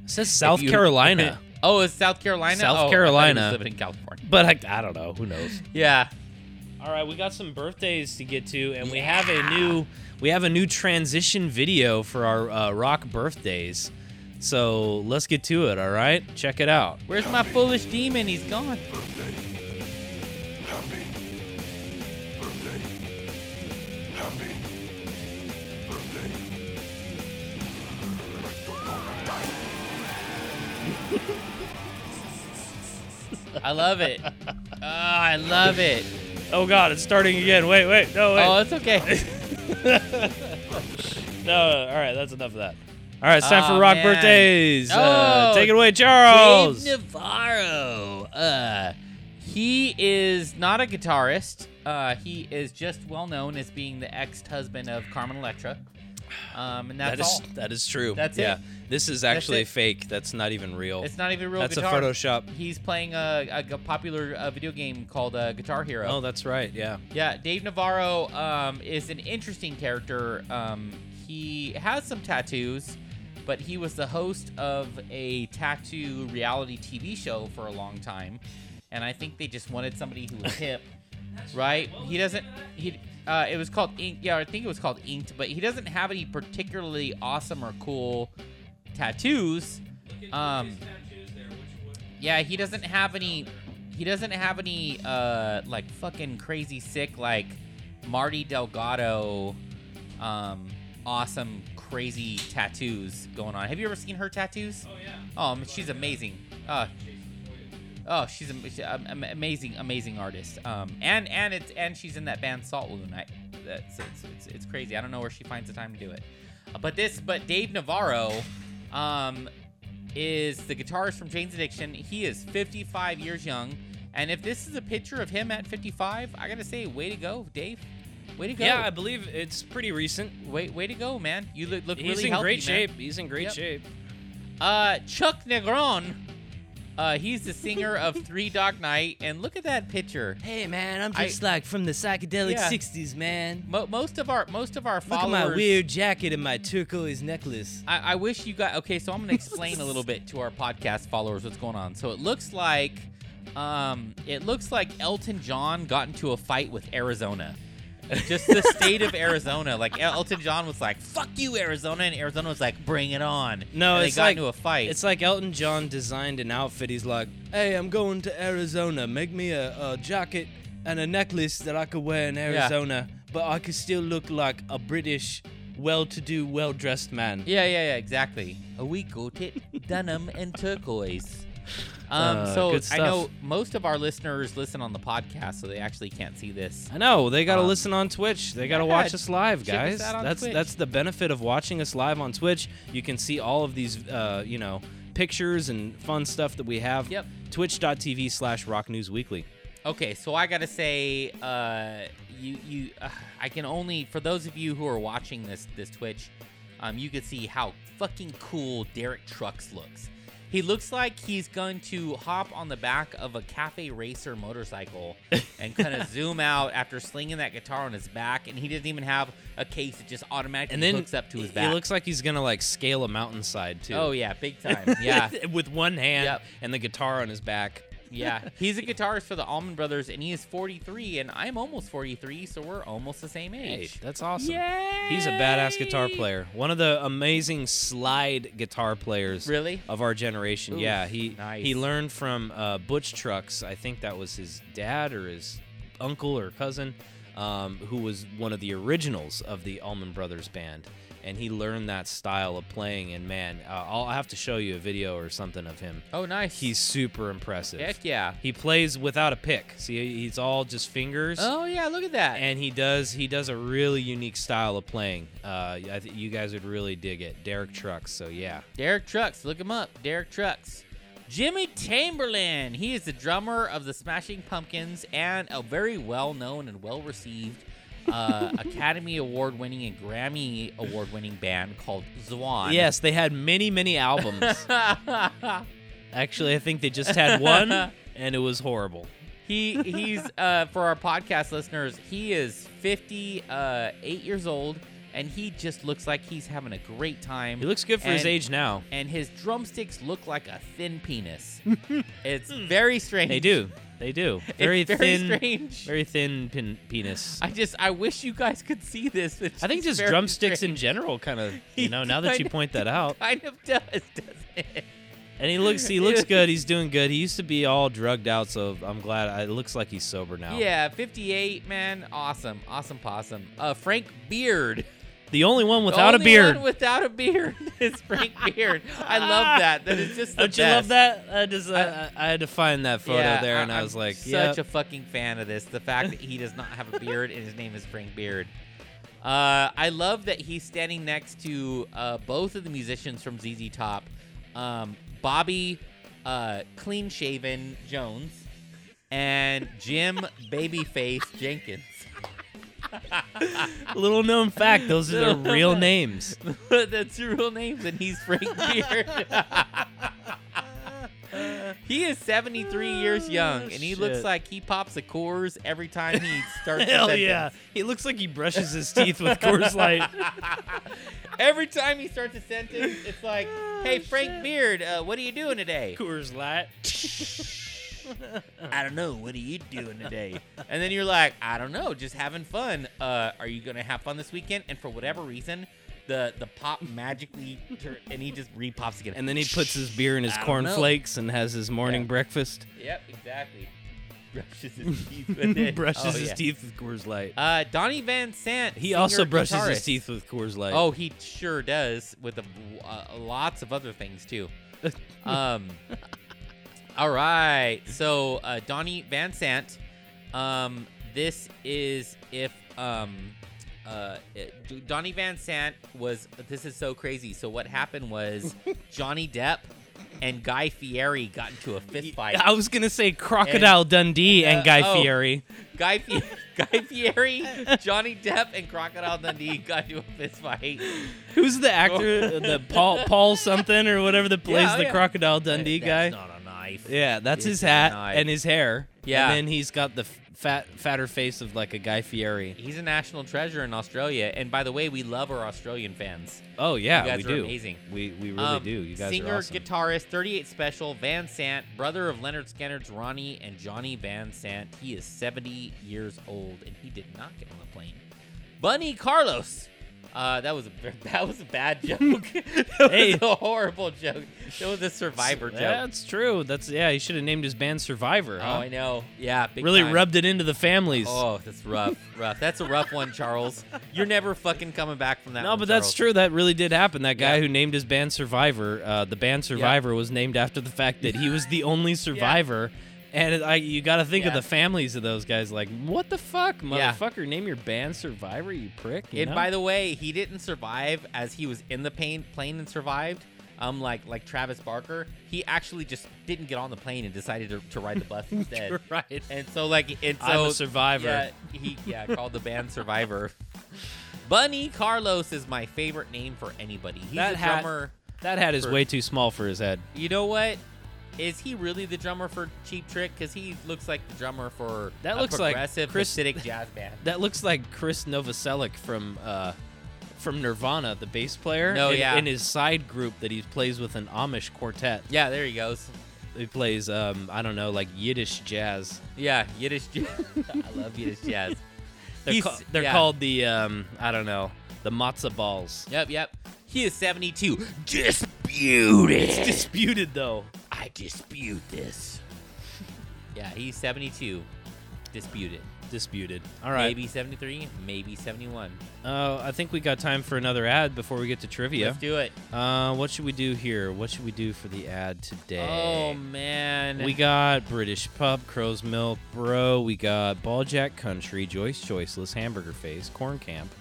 says South If you- Carolina, oh, it's South Carolina. South Oh, I thought he was Carolina. living in California. but I, I don't know. Who knows? Yeah. All right, we got some birthdays to get to, and we have a new we have a new transition video for our uh, rock birthdays. So let's get to it. All right, check it out. Where's my foolish demon? He's gone. I love it. Oh, I love it. Oh God, it's starting again. Wait, wait, no, Oh, it's okay. no, no. All right, that's enough of that. All right, it's time Aw, for rock man. birthdays. uh, Oh, take it away, Dave Charles. Navarro. Uh, he is not a guitarist. Uh, he is just well known as being the ex-husband of Carmen Electra. Um, and that's that is all. that is true. That's it. yeah. This is actually it. fake. That's not even real. It's not even a real That's a guitar. Photoshop. He's playing a, a g- popular uh, video game called uh, Guitar Hero. Oh, that's right. Yeah. Yeah, Dave Navarro um, is an interesting character. Um, he has some tattoos, but he was the host of a tattoo reality TV show for a long time, and I think they just wanted somebody who was hip, right? He doesn't. He uh, it was called Inked. Yeah, I think it was called Inked, but he doesn't have any particularly awesome or cool tattoos. Um, yeah, he doesn't have any. He doesn't have any uh like fucking crazy sick like Marty Delgado, um, awesome crazy tattoos going on. Have you ever seen her tattoos? Oh yeah. Oh, man, she's amazing. Uh, oh, she's am- she- am- am- amazing, amazing artist. Um, and and it's and she's in that band Salt Wound. I, that's it's, it's it's crazy. I don't know where she finds the time to do it. Uh, But this, but Dave Navarro, um, is the guitarist from Jane's Addiction. He is 55 years young. And if this is a picture of him at 55, I gotta say, way to go, Dave. Way to go. Yeah, I believe it's pretty recent. Way, way to go, man. You look, look He's really in healthy, great man. shape. He's in great Yep. shape. Uh, Chuck Negron. Uh, he's the singer of Three Dog Night, and look at that picture. Hey, man, I'm I- just like from the psychedelic Yeah. 60s, man. Mo- most of our most of our Look followers. at my weird jacket and my turquoise necklace. I, I wish you got okay. So I'm gonna explain a little bit to our podcast followers what's going on. So it looks like, um, it looks like Elton John got into a fight with Arizona. Just the state of Arizona. Like El- Elton John was like, "Fuck you, Arizona," and Arizona was like, "Bring it on." No, and it's they got like- into a fight. It's like Elton John designed an outfit. He's like, Hey, I'm going to Arizona. Make me a, a jacket and a necklace that I could wear in Arizona, but I could still look like a British, well to do, well dressed man. Yeah, yeah, yeah, exactly. We got it denim and turquoise. Um, Uh, so good I stuff. know most of our listeners listen on the podcast, so they actually can't see this. I know they got to Um, listen on Twitch. They got to yeah, watch us live, check us guys. out on that's Twitch. that's the benefit of watching us live on Twitch. You can see all of these, uh, you know, pictures and fun stuff that we have. Yep. Twitch.tv slash Rock News Weekly. Okay, so I gotta say, uh, you you, uh, I can only for those of you who are watching this this Twitch, um, you can see how fucking cool Derek Trucks looks. He looks like he's going to hop on the back of a cafe racer motorcycle and kind of zoom out after slinging that guitar on his back, and he doesn't even have a case; it just automatically And then hooks up to his he- back. He looks like he's gonna like scale a mountainside too. oh yeah, big time. Yeah, with one hand Yep. and the guitar on his back. yeah. He's a guitarist for the Allman Brothers, and he is 43, and I'm almost 43, so we're almost the same Hey, age. that's awesome. He's a badass guitar player. One of the amazing slide guitar players Really? of our generation. Oof, yeah, he nice. he learned from uh, Butch Trucks. I think that was his dad or his uncle or cousin, um, who was one of the originals of the Allman Brothers band. And he learned that style of playing. And man, uh, I'll have to show you a video or something of him. Oh, nice. He's super impressive. heck yeah. He plays without a pick. See, he's all just fingers Oh yeah, look at that. and he does he does a really unique style of playing. Uh, I think you guys would really dig it, Derek Trucks. So yeah, Derek Trucks, look him up. Derek Trucks. Jimmy Chamberlain. He is the drummer of the Smashing Pumpkins and a very well known and well received uh, Academy Award winning and Grammy Award winning band called Zwan. yes, they had many many albums. Actually, I think they just had one, and it was horrible. He he's uh, for our podcast listeners. He is 58 uh, eight years old, and he just looks like he's having a great time. He looks good for his And- age now. and his drumsticks look like a thin penis. it's very strange. They do, they do. Very, it's very thin, strange. very thin pin- penis. I, I just I wish you guys could see this. It's think just very drumsticks strange. in general, kind of. You know, now that you Kinda- point that out, kind of does, doesn't it? and he looks he looks good. He's doing good. He used to be all drugged out, so I'm glad. It looks like he's sober now. Yeah, 58, man. Awesome. Awesome possum. Uh Frank Beard. the only one without Only a beard. one without a beard is Frank Beard. I love that. That is just the Don't you love best. that? I just uh, I, I, I had to find that photo Yeah, there, and I- I I'm was like, such yeah. a fucking fan of this. The fact that he does not have a beard and his name is Frank Beard. Uh, I love that he's standing next to uh, both of the musicians from ZZ Top, um, Bobby, uh, clean shaven Jones, and Jim Babyface Jenkins. Little known fact: those are their real names. That's your real names, and he's Frank Beard. he is 73 years young, and he looks Oh, Shit. like he pops a Coors every time he starts. a Hell sentence. yeah! He looks like he brushes his teeth with Coors Light. Every time he starts a sentence, it's like, Oh, "Hey, Frank Beard, uh, what are you doing today?" Coors Light. I don't know. What are you doing today? and then you're like, "I don't know. Just having fun. Uh, are you gonna have fun this weekend?" And for whatever reason, the the pop magically tur- and he just repops again. And then he puts his beer in his I don't know. cornflakes and has his morning Yeah. breakfast. yep, exactly. Brushes his teeth with it. brushes Oh, his yeah. teeth with Coors Light. Uh, Donnie Van Sant. he also singer, brushes his guitarist. teeth with Coors Light. Oh, he sure does with a, uh, lots of other things too. um, all right. So uh, Donnie Van Sant. Um, this is if um, uh, it- Donnie Van Sant was. This is so crazy. So what happened was Johnny Depp and Guy Fieri got into a fist fight. I was gonna say Crocodile Dundee and Guy oh. Fieri. Guy, Fie- Guy Fieri, Johnny Depp, and Crocodile Dundee got into a fist fight. Who's the actor? the Paul Paul something or whatever that plays oh, the yeah. Crocodile Dundee That's guy. not a knife. Yeah, that's his It's hat nice. and his hair. Yeah. and then he's got the f- fat, fatter face of like a Guy Fieri. He's a national treasure in Australia, and by the way, we love our Australian fans. Oh yeah, You guys we are do. amazing. We we really Um, do. You guys singer, are awesome. guitarist, 38 Special, Van Sant, brother of Leonard Skinner's Ronnie and Johnny Van Sant. He is 70 years old, and he did not get on the plane. Bunny Carlos. Uh, that was a ver- that was a bad joke. that Hey. was a horrible joke. That was a Survivor joke. That's true. That's yeah. He should have named his band Survivor. Oh, huh? I know. Yeah, big Uh-huh. really time. rubbed it into the families. Oh, that's rough, rough. That's a rough one, Charles. You're never fucking coming back from that. No, one, but that's true. Charles. That really did happen. That guy Yeah. who named his band Survivor, uh, the band Survivor was named after the fact that he was the only survivor. And I, you got to think of Yeah. the families of those guys. Like, what the fuck, Yeah. motherfucker? Name your band Survivor, you prick. You And know? by the way, he didn't survive as he was in the pain, plane and survived. Um, like like Travis Barker, he actually just didn't get on the plane and decided to, to ride the bus instead. right. And so like and so I'm a survivor. Yeah, he yeah called the band Survivor. Bunny Carlos is my favorite name for anybody. He's That a hat- drummer. That hat is way too small for his head. You know what? Is he really the drummer for Cheap Trick? Because he looks like the drummer for That a looks like progressive Chris- Hasidic jazz band. That looks like Chris Novoselic from uh, from Nirvana, the bass player. No, in, yeah. in his side group that he plays with an Amish quartet. Yeah, there he goes. He plays, um, I don't know, like Yiddish jazz. Yeah, Yiddish jazz. I love Yiddish jazz. They're, He's- ca- they're yeah. called the, um, I don't know, the matzo balls. Yep, yep. He is 72. Dispute It's it. disputed though. I dispute this. Yeah, he's 72. Disputed. Disputed. All right. Maybe 73, maybe 71. Uh, I think we got time for another ad before we get to trivia. Let's do it. Uh, what should we do here? What should we do for the ad today? Oh, man. We got British Pub, Crow's Milk, Bro. We got Ball Jack Country, Joyce Choiceless, Hamburger Face, Corn Camp,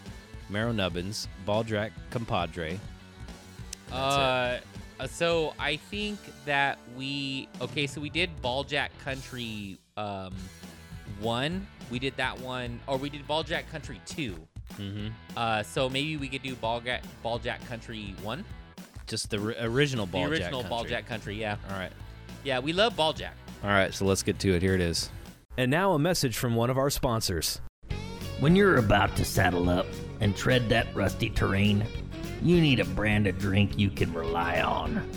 Marrow Nubbins, Ball Jack Compadre. Uh, uh, so I think that we okay. So we did Ball Jack Country um one. We did that one, or we did Ball Jack Country two. Mm-hmm. Uh, so maybe we could do Ball Jack Ball Jack Country one, Just the ri- original Ball the original Jack. Ball Country. Jack Country. Uh-huh. Yeah, All right. yeah. We love Ball Jack. All right. So let's get to it. Here it is. And now a message from one of our sponsors. When you're about to saddle up and tread that rusty terrain, you need a brand of drink you can rely on.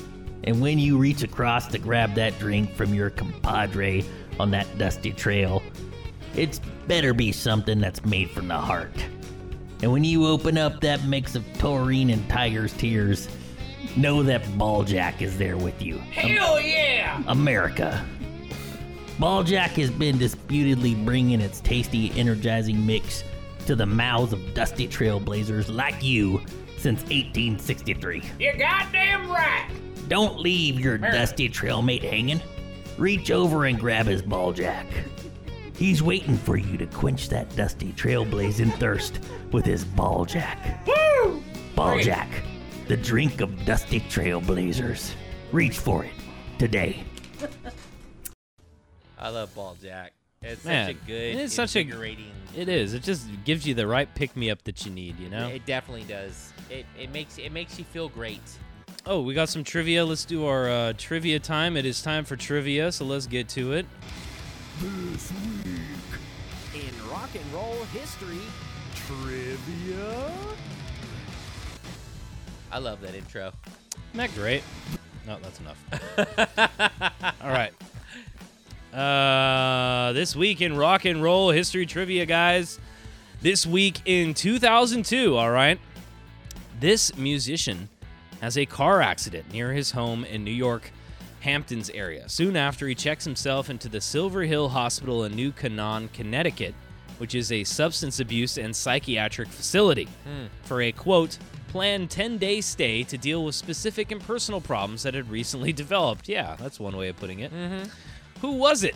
And when you reach across to grab that drink from your compadre on that dusty trail, it's better be something that's made from the heart. And when you open up that mix of taurine and tiger's tears, know that Balljack is there with you. Hell yeah! America. Balljack has been disputedly bringing its tasty, energizing mix to the mouths of dusty trailblazers like you since 1863. You're goddamn right! Don't leave your dusty trailmate hanging. Reach over and grab his Balljack. He's waiting for you to quench that dusty trailblazing thirst with his Balljack. Woo! Balljack, the drink of dusty trailblazers. Reach for it today. I love Ball Jack. It's Man, such a good, it's such a- invigorating. It is. It just gives you the right pick me up that you need, you know? It definitely does. It it makes it makes you feel great. Oh, we got some trivia. Let's do our uh, trivia time. It is time for trivia, so let's get to it. This week, In rock and roll history, trivia. I love that intro. Isn't that great? No, that's enough. All right. Uh, this week in rock and roll history trivia, guys. This week in 2002, all right. This musician has a car accident near his home in New York, Hamptons area. Soon after, he checks himself into the Silver Hill Hospital in New Canaan, Connecticut, which is a substance abuse and psychiatric facility, for a quote, planned 10 day stay to deal with specific and personal problems that had recently developed. Yeah, that's one way of putting it. Who was it?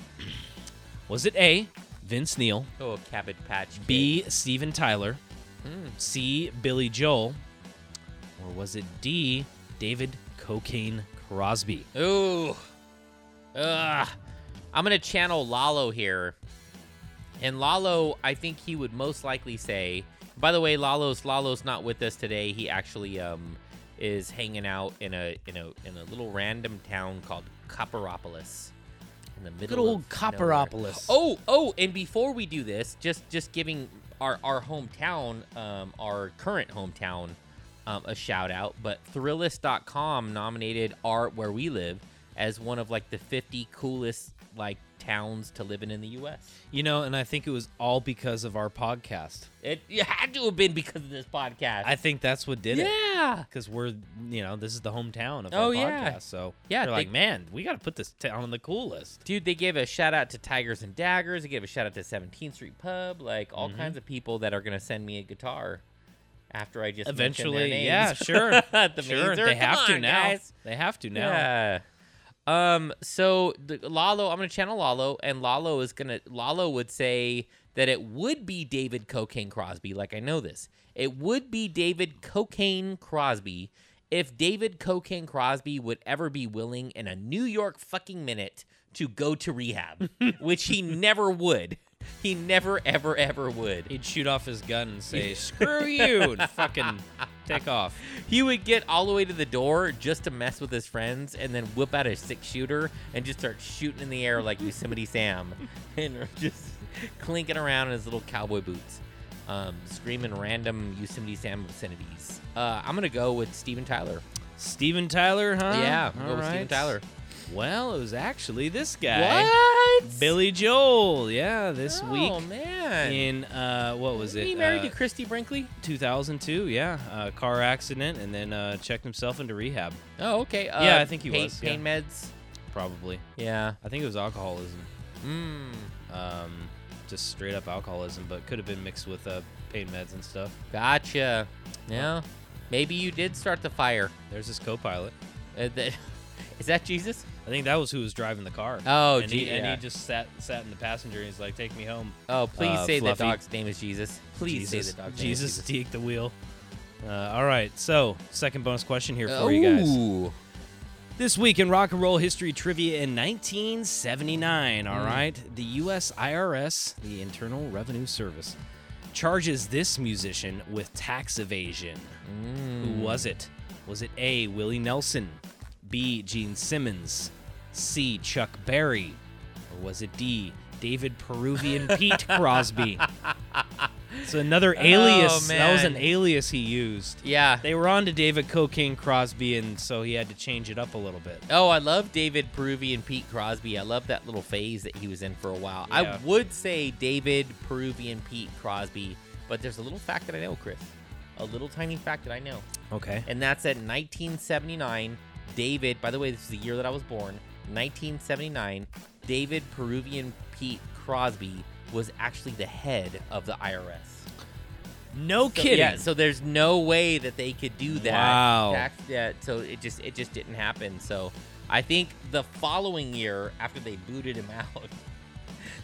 Was it A, Vince Neil, Oh, Cabbage Patch. Kid. B, Steven Tyler, C, Billy Joel, or was it D, David Cocaine Crosby? Ooh. Ugh. I'm going to channel Lalo here. And Lalo, I think he would most likely say, by the way, Lalo's Lalo's not with us today. He actually um is hanging out in a in a in a little random town called Copperopolis. In the middle Good old of nowhere. Copperopolis. Oh, oh, and before we do this, just just giving our our hometown, um, our current hometown, um, a shout out. But Thrillist.com nominated our where we live as one of like the 50 coolest like towns to live in in the U.S. You know, and I think it was all because of our podcast. It, it had to have been because of this podcast. I think that's what did it. yeah. Because we're, you know, this is the hometown of Oh, our yeah. podcast. So Yeah, they're like, they- man, we got to put this town on the cool list. Dude, they gave a shout out to Tigers and Daggers. They gave a shout out to 17th Street Pub. Like all Mm-hmm. kinds of people that are gonna send me a guitar after I just mention their Eventually, yeah, names. sure, The sure. means are- They have come to on, now. guys. They have to now. Yeah. Um. So the, Lalo, I'm gonna channel Lalo, and Lalo is gonna. Lalo would say that it would be David Cocaine Crosby. Like I know this. It would be David Cocaine Crosby if David Cocaine Crosby would ever be willing in a New York fucking minute to go to rehab, which he never would. He never, ever, ever would. He'd shoot off his gun and say, "Screw you!" and fucking take off. He would get all the way to the door just to mess with his friends and then whip out a six shooter and just start shooting in the air like Yosemite Sam and just clinking around in his little cowboy boots, um, screaming random Yosemite Sam obscenities. Uh, I'm going to go with Steven Tyler. Steven Tyler, huh? yeah, I'm All gonna go with Steven right. Tyler. Well, it was actually this guy, What? Billy Joel. Yeah, this oh, week man. in uh, what was it? he married Uh, to Christy Brinkley? 2002. Yeah, uh, car accident, and then uh, checked himself into rehab. Oh, okay. Uh, Yeah, I think he pain, was, yeah. Pain meds. Probably. Yeah. I think it was alcoholism. Mm, Um, just straight up alcoholism, but could have been mixed with uh, pain meds and stuff. gotcha. Yeah. Maybe you did start the fire. There's his co-pilot. Uh, that- is that Jesus? I think that was who was driving the car. Oh, and, he, gee, and yeah. he just sat sat in the passenger. and He's like, "Take me home." Oh, please Uh, say the Fluffy. dog's name is Jesus. Please Jesus, say the dog's name is Jesus, Jesus. take the wheel. Uh, all right, so second bonus question here for Oh. you guys. Ooh. This week in rock and roll history trivia in 1979, all right, the U.S. IRS, the Internal Revenue Service, charges this musician with tax evasion. Who was it? Was it A. Willie Nelson, B. Gene Simmons, C. Chuck Berry, or was it D. David Peruvian Pete Crosby? So another alias. that was an man. alias he used. Yeah. They were on to David Cocaine Crosby, and so he had to change it up a little bit. Oh, I love David Peruvi and Pete Crosby. I love that little phase that he was in for a while. Yeah. I would say David Peruvi and Pete Crosby, but there's a little fact that I know, Chris. A little tiny fact that I know. Okay. And that's at 1979. David, by the way, this is the year that I was born, 1979. David Peruvian Pete Crosby was actually the head of the IRS. No So, kidding. Yeah, so there's no way that they could do that. Wow. Tax, yeah, so it just it just didn't happen. So I think the following year after they booted him out,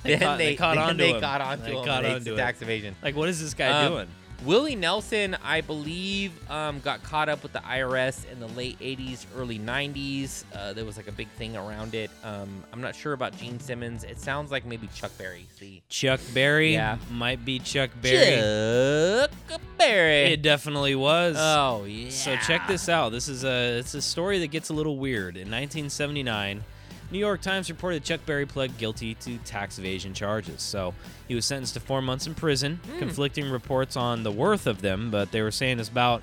They then caught- they caught then onto they him. Got onto They him and caught it's onto the it. tax evasion. like, what is this guy Um, doing? Willie Nelson, I believe, um, got caught up with the IRS in the late 80s, early 90s. Uh, there was like a big thing around it. Um, I'm not sure about Gene Simmons. It sounds like maybe Chuck Berry. See? Chuck Berry. Yeah. Might be Chuck Berry. Chuck Berry. It definitely was. oh, yeah. So check this out. This is a it's a story that gets a little weird. In 1979, New York Times reported Chuck Berry pled guilty to tax evasion charges. So he was sentenced to four months in prison. Hmm. Conflicting reports on the worth of them, but they were saying it's about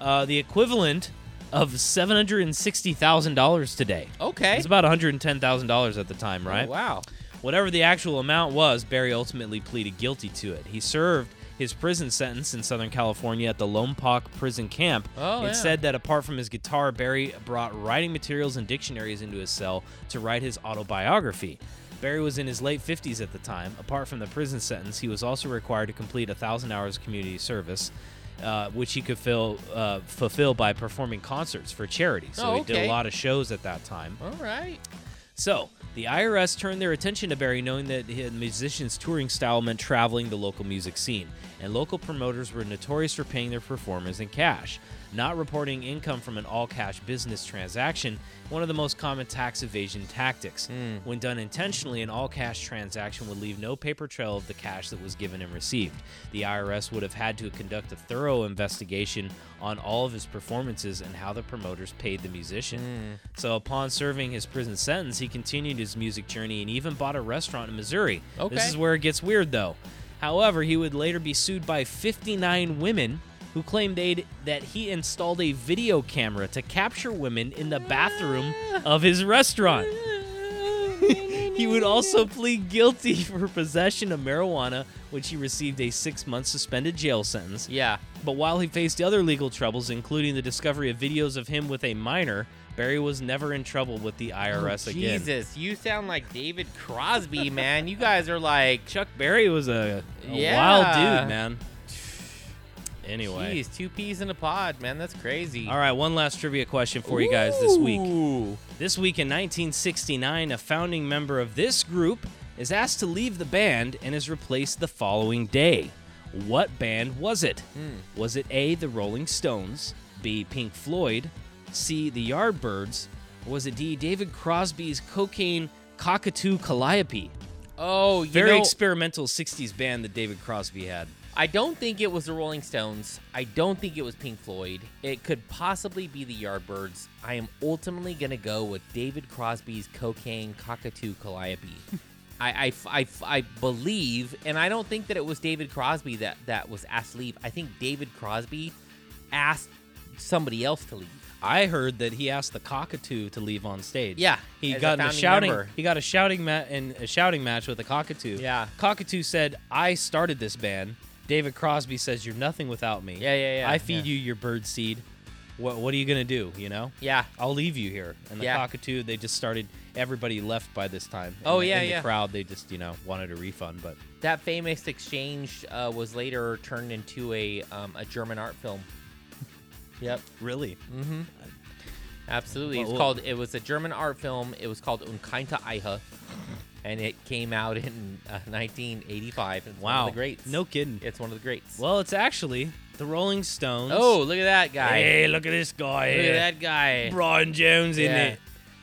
uh, the equivalent of seven hundred and sixty thousand dollars today. Okay. It's about one hundred and ten thousand dollars at the time, right? Oh, wow. Whatever the actual amount was, Barry ultimately pleaded guilty to it. He served his prison sentence in Southern California at the Lompoc prison camp. Oh, it yeah. said that apart from his guitar, Barry brought writing materials and dictionaries into his cell to write his autobiography. Barry was in his late 50s at the time. Apart from the prison sentence, he was also required to complete 1,000 hours of community service, uh, which he could fill, uh, fulfill by performing concerts for charity. So Oh, he did a okay. lot of shows at that time. All right. So, the IRS turned their attention to Barry, knowing that the musician's touring style meant traveling the local music scene, and local promoters were notorious for paying their performers in cash. Not reporting income from an all cash business transaction, one of the most common tax evasion tactics. When done intentionally, an all cash transaction would leave no paper trail of the cash that was given and received. The IRS would have had to conduct a thorough investigation on all of his performances and how the promoters paid the musician. So, upon serving his prison sentence, he continued his music journey and even bought a restaurant in Missouri. This Okay. is where it gets weird, though. However, he would later be sued by 59 women who claimed they'd, that he installed a video camera to capture women in the bathroom of his restaurant. He would also plead guilty for possession of marijuana, which he received a six month suspended jail sentence. Yeah. But while he faced other legal troubles, including the discovery of videos of him with a minor, Barry was never in trouble with the IRS again. Oh, Jesus, you sound like David Crosby, man. You guys are like, E. Chuck Barry was a, a Yeah. wild dude, man. Anyway. geez, two peas in a pod, man. That's crazy. All right, one last trivia question for you guys this week. This week in 1969, a founding member of this group is asked to leave the band and is replaced the following day. What band was it? Was it A, the Rolling Stones, B, Pink Floyd, C, the Yardbirds, or was it D, David Crosby's cocaine cockatoo calliope? Oh, you Very know, experimental 60s band that David Crosby had. I don't think it was the Rolling Stones. I don't think it was Pink Floyd. It could possibly be the Yardbirds. I am ultimately going to go with David Crosby's Cocaine Cockatoo Calliope. I, I f- I f- I believe, and I don't think that it was David Crosby that, that was asked to leave. I think David Crosby asked somebody else to leave. I heard that he asked the cockatoo to leave on stage. Yeah, he as a got in a founding shouting. member. He got a shouting match in a shouting match with a cockatoo. Yeah. cockatoo said, "I started this band." David Crosby says, "You're nothing without me." Yeah, yeah, yeah, I feed yeah. you your bird seed. What What are you gonna do? You know? Yeah. I'll leave you here. And the Yeah. cockatoo, they just started. Everybody left by this time. And Oh, the- yeah, and yeah. The crowd, they just you know wanted a refund, but That famous exchange uh, was later turned into a, um, a German art film. Yep. really, Absolutely. It's Well, called it was a German art film. It was called Unkainte Eiche. And it came out in uh, 1985. It's wow, one of the greats. No kidding. It's one of the greats. Well, it's actually the Rolling Stones. oh, look at that guy. Hey, look at this guy look here. at that guy. Brian Jones in Yeah. it.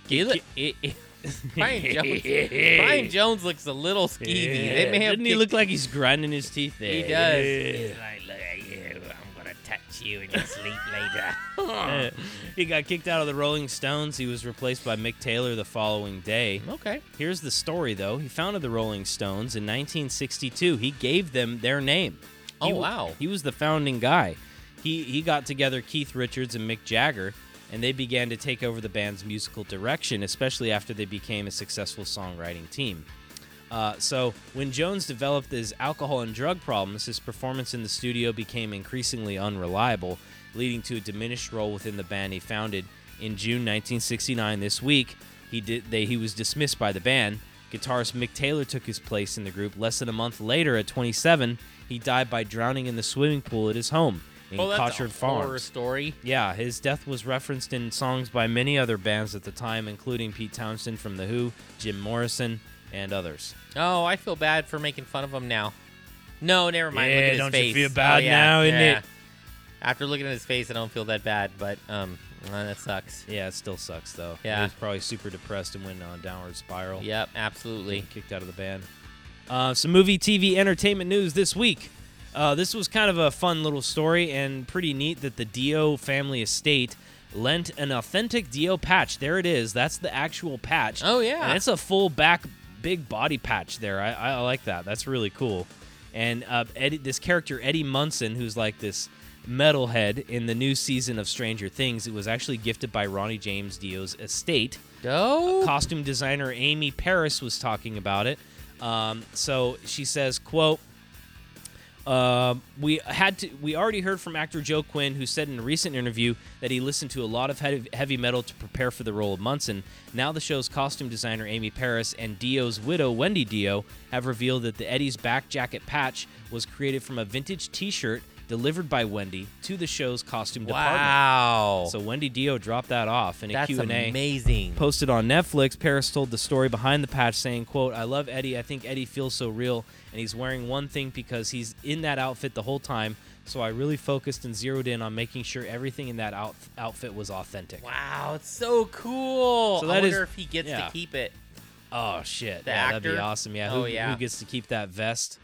He look- he- he- Brian Jones. Brian Jones looks a little skeevy. They may have Doesn't he kicked- look like he's grinding his teeth there? He does. He's like, look at you. I'm gonna touch you in your sleep later. He got kicked out of the Rolling Stones. He was replaced by Mick Taylor the following day. Okay. Here's the story, though. He founded the Rolling Stones in 1962. He gave them their name. Oh, He wa- wow. He was the founding guy. He he got together Keith Richards and Mick Jagger, and they began to take over the band's musical direction, especially after they became a successful songwriting team. Uh, so when Jones developed his alcohol and drug problems, his performance in the studio became increasingly unreliable, leading to a diminished role within the band he founded. In June 1969, this week, he did they, he was dismissed by the band. Guitarist Mick Taylor took his place in the group. Less than a month later, at 27, he died by drowning in the swimming pool at his home in Well, Oh, that's a Cotchard horror Farms. story. Yeah, his death was referenced in songs by many other bands at the time, including Pete Townsend from The Who, Jim Morrison, and others. Oh, I feel bad for making fun of him now. No, never mind. Yeah, Look at his don't you face. feel bad Oh, yeah, now, innit? yeah. After looking at his face, I don't feel that bad, but um, uh, that sucks. Yeah, it still sucks though. Yeah. he was probably super depressed and went on a downward spiral. Yep, absolutely. Being kicked out of the band. Uh, some movie, TV, entertainment news this week. Uh, this was kind of a fun little story and pretty neat that the Dio family estate lent an authentic Dio patch. There it is. That's the actual patch. Oh, yeah. and it's a full back, big body patch there. I, I like that. That's really cool. And uh, Eddie, this character Eddie Munson, who's like this metalhead in the new season of Stranger Things, it was actually gifted by Ronnie James Dio's estate No. costume designer Amy Paris was talking about it. Um, so she says, "quote um, we had to. We already heard from actor Joe Quinn, who said in a recent interview that he listened to a lot of heavy, heavy metal to prepare for the role of Munson. Now, the show's costume designer Amy Paris and Dio's widow Wendy Dio have revealed that the Eddie's back jacket patch was created from a vintage T-shirt delivered by Wendy to the show's costume department. Wow. So Wendy Dio dropped that off in a That's Q&A amazing. posted on Netflix, Paris told the story behind the patch, saying, "quote I love Eddie. I think Eddie feels so real, and he's wearing one thing because he's in that outfit the whole time. So I really focused and zeroed in on making sure everything in that out- outfit was authentic. Wow, it's so cool. So I that wonder is- if he gets yeah. to keep it. Oh shit, The yeah, that'd be actor? awesome. Yeah, Oh, who, yeah. who gets to keep that vest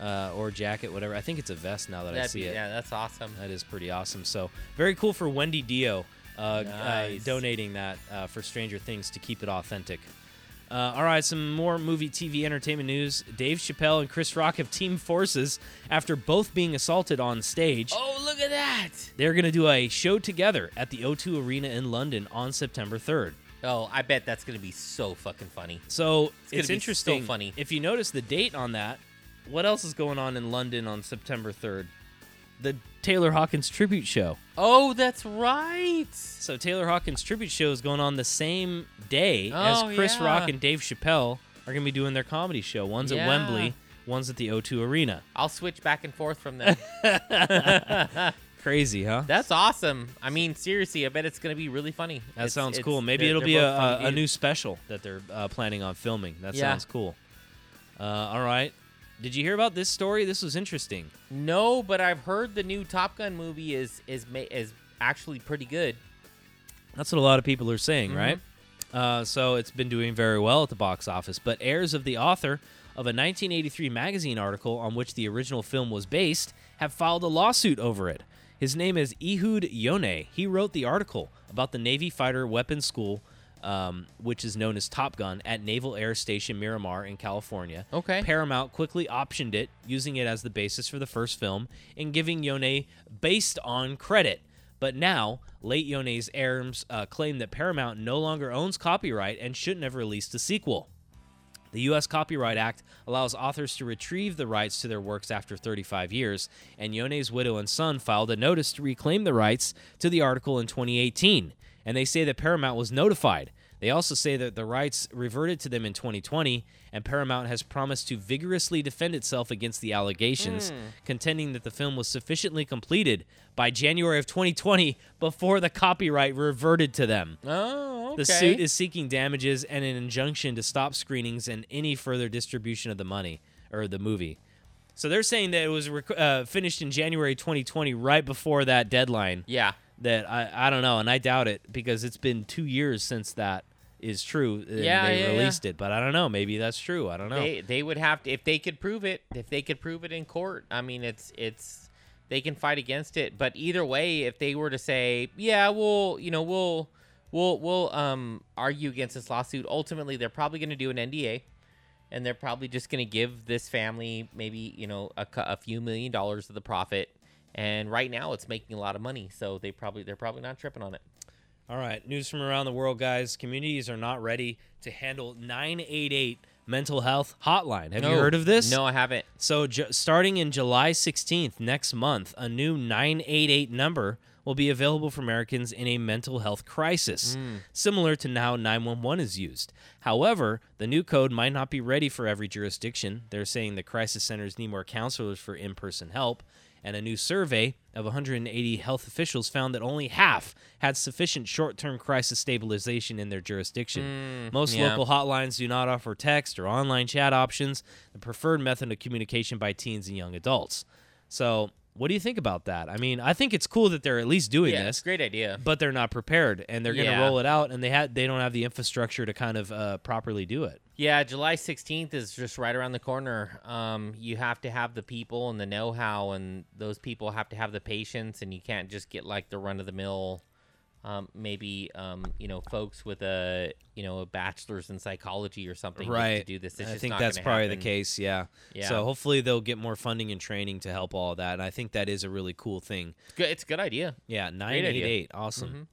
uh, or jacket, whatever? I think it's a vest now that I That'd see be- it. Yeah, that's awesome. That is pretty awesome. So very cool for Wendy Dio uh, Nice. uh, donating that uh, for Stranger Things to keep it authentic. Uh, all right, some more movie, TV, entertainment news. Dave Chappelle and Chris Rock have teamed forces after both being assaulted on stage. Oh, look at that. They're going to do a show together at the O2 Arena in London on September 3rd. Oh, I bet that's going to be so fucking funny. So it's, gonna be so interesting. funny. If you notice the date on that, what else is going on in London on September 3rd? The Taylor Hawkins tribute show. Oh, that's right. So Taylor Hawkins tribute show is going on the same day Oh, as Chris yeah. Rock and Dave Chappelle are going to be doing their comedy show. One's Yeah. at Wembley, one's at the O2 Arena. I'll switch back and forth from them. Crazy, huh? that's awesome. I mean, seriously, I bet it's going to be really funny. That It's- sounds it's- cool. Maybe they're- it'll they're be both a, fun a, to a do. new special that they're uh, planning on filming. That Yeah. sounds cool. Uh, all right. Did you hear about this story? This was interesting. No, but I've heard the new Top Gun movie is is ma- is actually pretty good. That's what a lot of people are saying, right? Uh, so it's been doing very well at the box office. But heirs of the author of a 1983 magazine article on which the original film was based have filed a lawsuit over it. His name is Ehud Yone. He wrote the article about the Navy Fighter Weapons School, um, which is known as Top Gun, at Naval Air Station Miramar in California. Okay. Paramount quickly optioned it, using it as the basis for the first film and giving Yone based on credit. But now, late Yone's heirs uh, claim that Paramount no longer owns copyright and shouldn't have released a sequel. The U.S. Copyright Act allows authors to retrieve the rights to their works after 35 years, and Yone's widow and son filed a notice to reclaim the rights to the article in 2018. And they say that Paramount was notified. They also say that the rights reverted to them in 2020, and Paramount has promised to vigorously defend itself against the allegations, contending that the film was sufficiently completed by January of 2020 before the copyright reverted to them. Oh, okay. The suit is seeking damages and an injunction to stop screenings and any further distribution of the money or the movie. So they're saying that it was rec- uh, finished in January 2020, right before that deadline. yeah. That I, I don't know, and I doubt it because it's been two years since that is true. and Yeah, they yeah, yeah. released it, but I don't know. Maybe that's true. I don't know. They they would have to if they could prove it. If they could prove it in court, I mean, it's it's they can fight against it. But either way, if they were to say, yeah, we'll you know we'll we'll we'll um argue against this lawsuit, ultimately they're probably going to do an NDA, and they're probably just going to give this family maybe you know a, cou- a few million dollars of the profit. And right now, it's making a lot of money, so they probably they're probably not tripping on it. All right, news from around the world, guys. Communities are not ready to handle 988 mental health hotline. Have you heard of this? No, I haven't. So, ju- starting in July 16th, next month, a new 988 number will be available for Americans in a mental health crisis, similar to how 911 is used. However, the new code might not be ready for every jurisdiction. They're saying the crisis centers need more counselors for in person help. And a new survey of 180 health officials found that only half had sufficient short term crisis stabilization in their jurisdiction. Most Mm, yeah. local Local hotlines do not offer text or online chat options, the preferred method of communication by teens and young adults. So, what do you think about that? I mean, I think it's cool that they're at least doing Yeah, it's this, a great idea. but they're not prepared and they're going to Yeah. roll it out, and they had they don't have the infrastructure to kind of uh, properly do it. Yeah, July 16th is just right around the corner. Um, you have to have the people and the know how, and those people have to have the patience, and you can't just get like the run of the mill, um, maybe, um, you know, folks with a, you know, a bachelor's in psychology or something to- to do this. It's I just think not that's gonna probably the happen. case. Yeah. Yeah. So hopefully they'll get more funding and training to help all that, and I think that is a really cool thing. It's, good, it's a good idea. Yeah, nine idea. Mm-hmm. eight eight, awesome.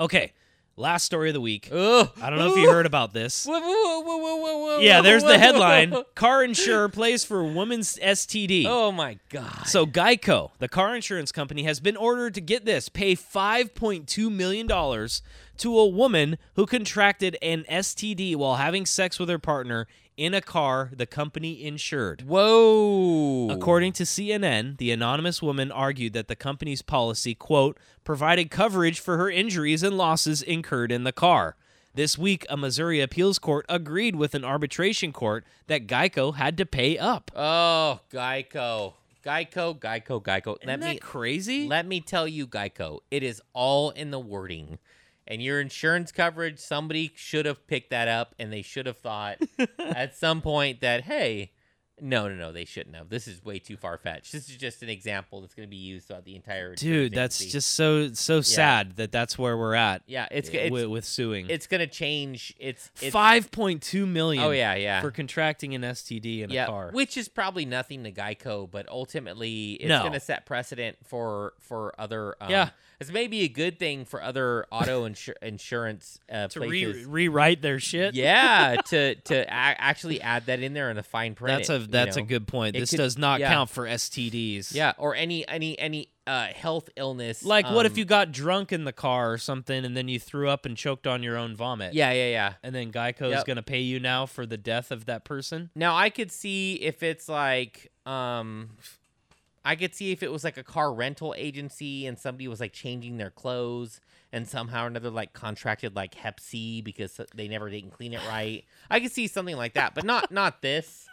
Okay, last story of the week. Ugh. I don't know if you heard about this. Whoa, whoa, whoa, whoa, whoa, whoa, Yeah, whoa, there's whoa, the headline. whoa. Car insurer plays for woman's STD. Oh my God. So Geico, the car insurance company, has been ordered to get this, pay 5.2 million dollars to a woman who contracted an STD while having sex with her partner in a car the company insured. Whoa. According to CNN, the anonymous woman argued that the company's policy, quote, provided coverage for her injuries and losses incurred in the car. This week, a Missouri appeals court agreed with an arbitration court that Geico had to pay up. Oh, Geico. Geico, Geico, Geico. Isn't that crazy? Let me tell you, Geico, it is all in the wording. And your insurance coverage, somebody should have picked that up and they should have thought at some point that, hey, no, no, no, they shouldn't have. This is way too far fetched. This is just an example that's going to be used throughout the entire insurance Dude, that's agency. just so so sad that that's where we're at. Yeah, it's- wi- it's- with, suing. It's going to change. It's. it's 5.2 million Oh, yeah, yeah. for contracting an STD in yeah, a car. which is probably nothing to Geico, but ultimately it's No. going to set precedent for for other. Um, Yeah. it's maybe a good thing for other auto insur- insurance uh, to places re- rewrite their shit. yeah to to a- actually add that in there in a fine print That's it, a you that's know? a good point. It This could- does not yeah. count for STDs. yeah or any any any uh health illness Like, what if um, you got drunk in the car or something, and then you threw up and choked on your own vomit? yeah yeah yeah And then Geico is Yep. going to pay you now for the death of that person. now i could see if it's like um i could see if it was like a car rental agency and somebody was like changing their clothes and somehow or another like contracted like hep c because they never didn't clean it right i could see something like that but not not this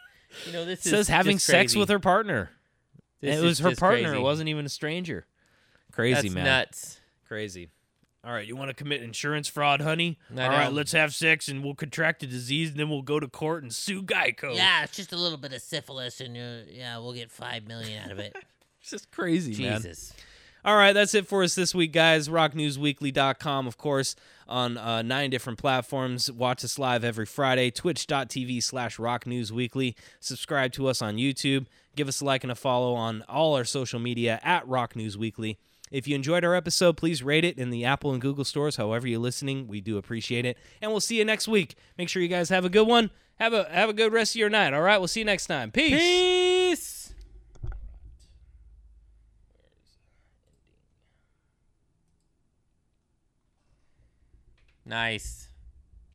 you know this It says is having just sex crazy. with her partner. This it is was her just partner. crazy. It wasn't even a stranger. Crazy That's man. nuts Crazy. All right, you want to commit insurance fraud, honey? All I right, know. let's have sex and we'll contract a disease and then we'll go to court and sue Geico. Yeah, it's just a little bit of syphilis, and uh, yeah, we'll get five million out of it. It's just crazy, man. Jesus. All right, that's it for us this week, guys. RockNewsWeekly.com, of course, on uh, nine different platforms. Watch us live every Friday. Twitch.tv slash Rock News Weekly. Subscribe to us on YouTube. Give us a like and a follow on all our social media at Rock News Weekly. If you enjoyed our episode, please rate it in the Apple and Google stores. However you're listening, we do appreciate it. And we'll see you next week. Make sure you guys have a good one. Have a have a good rest of your night. All right, we'll see you next time. Peace. Peace. Nice.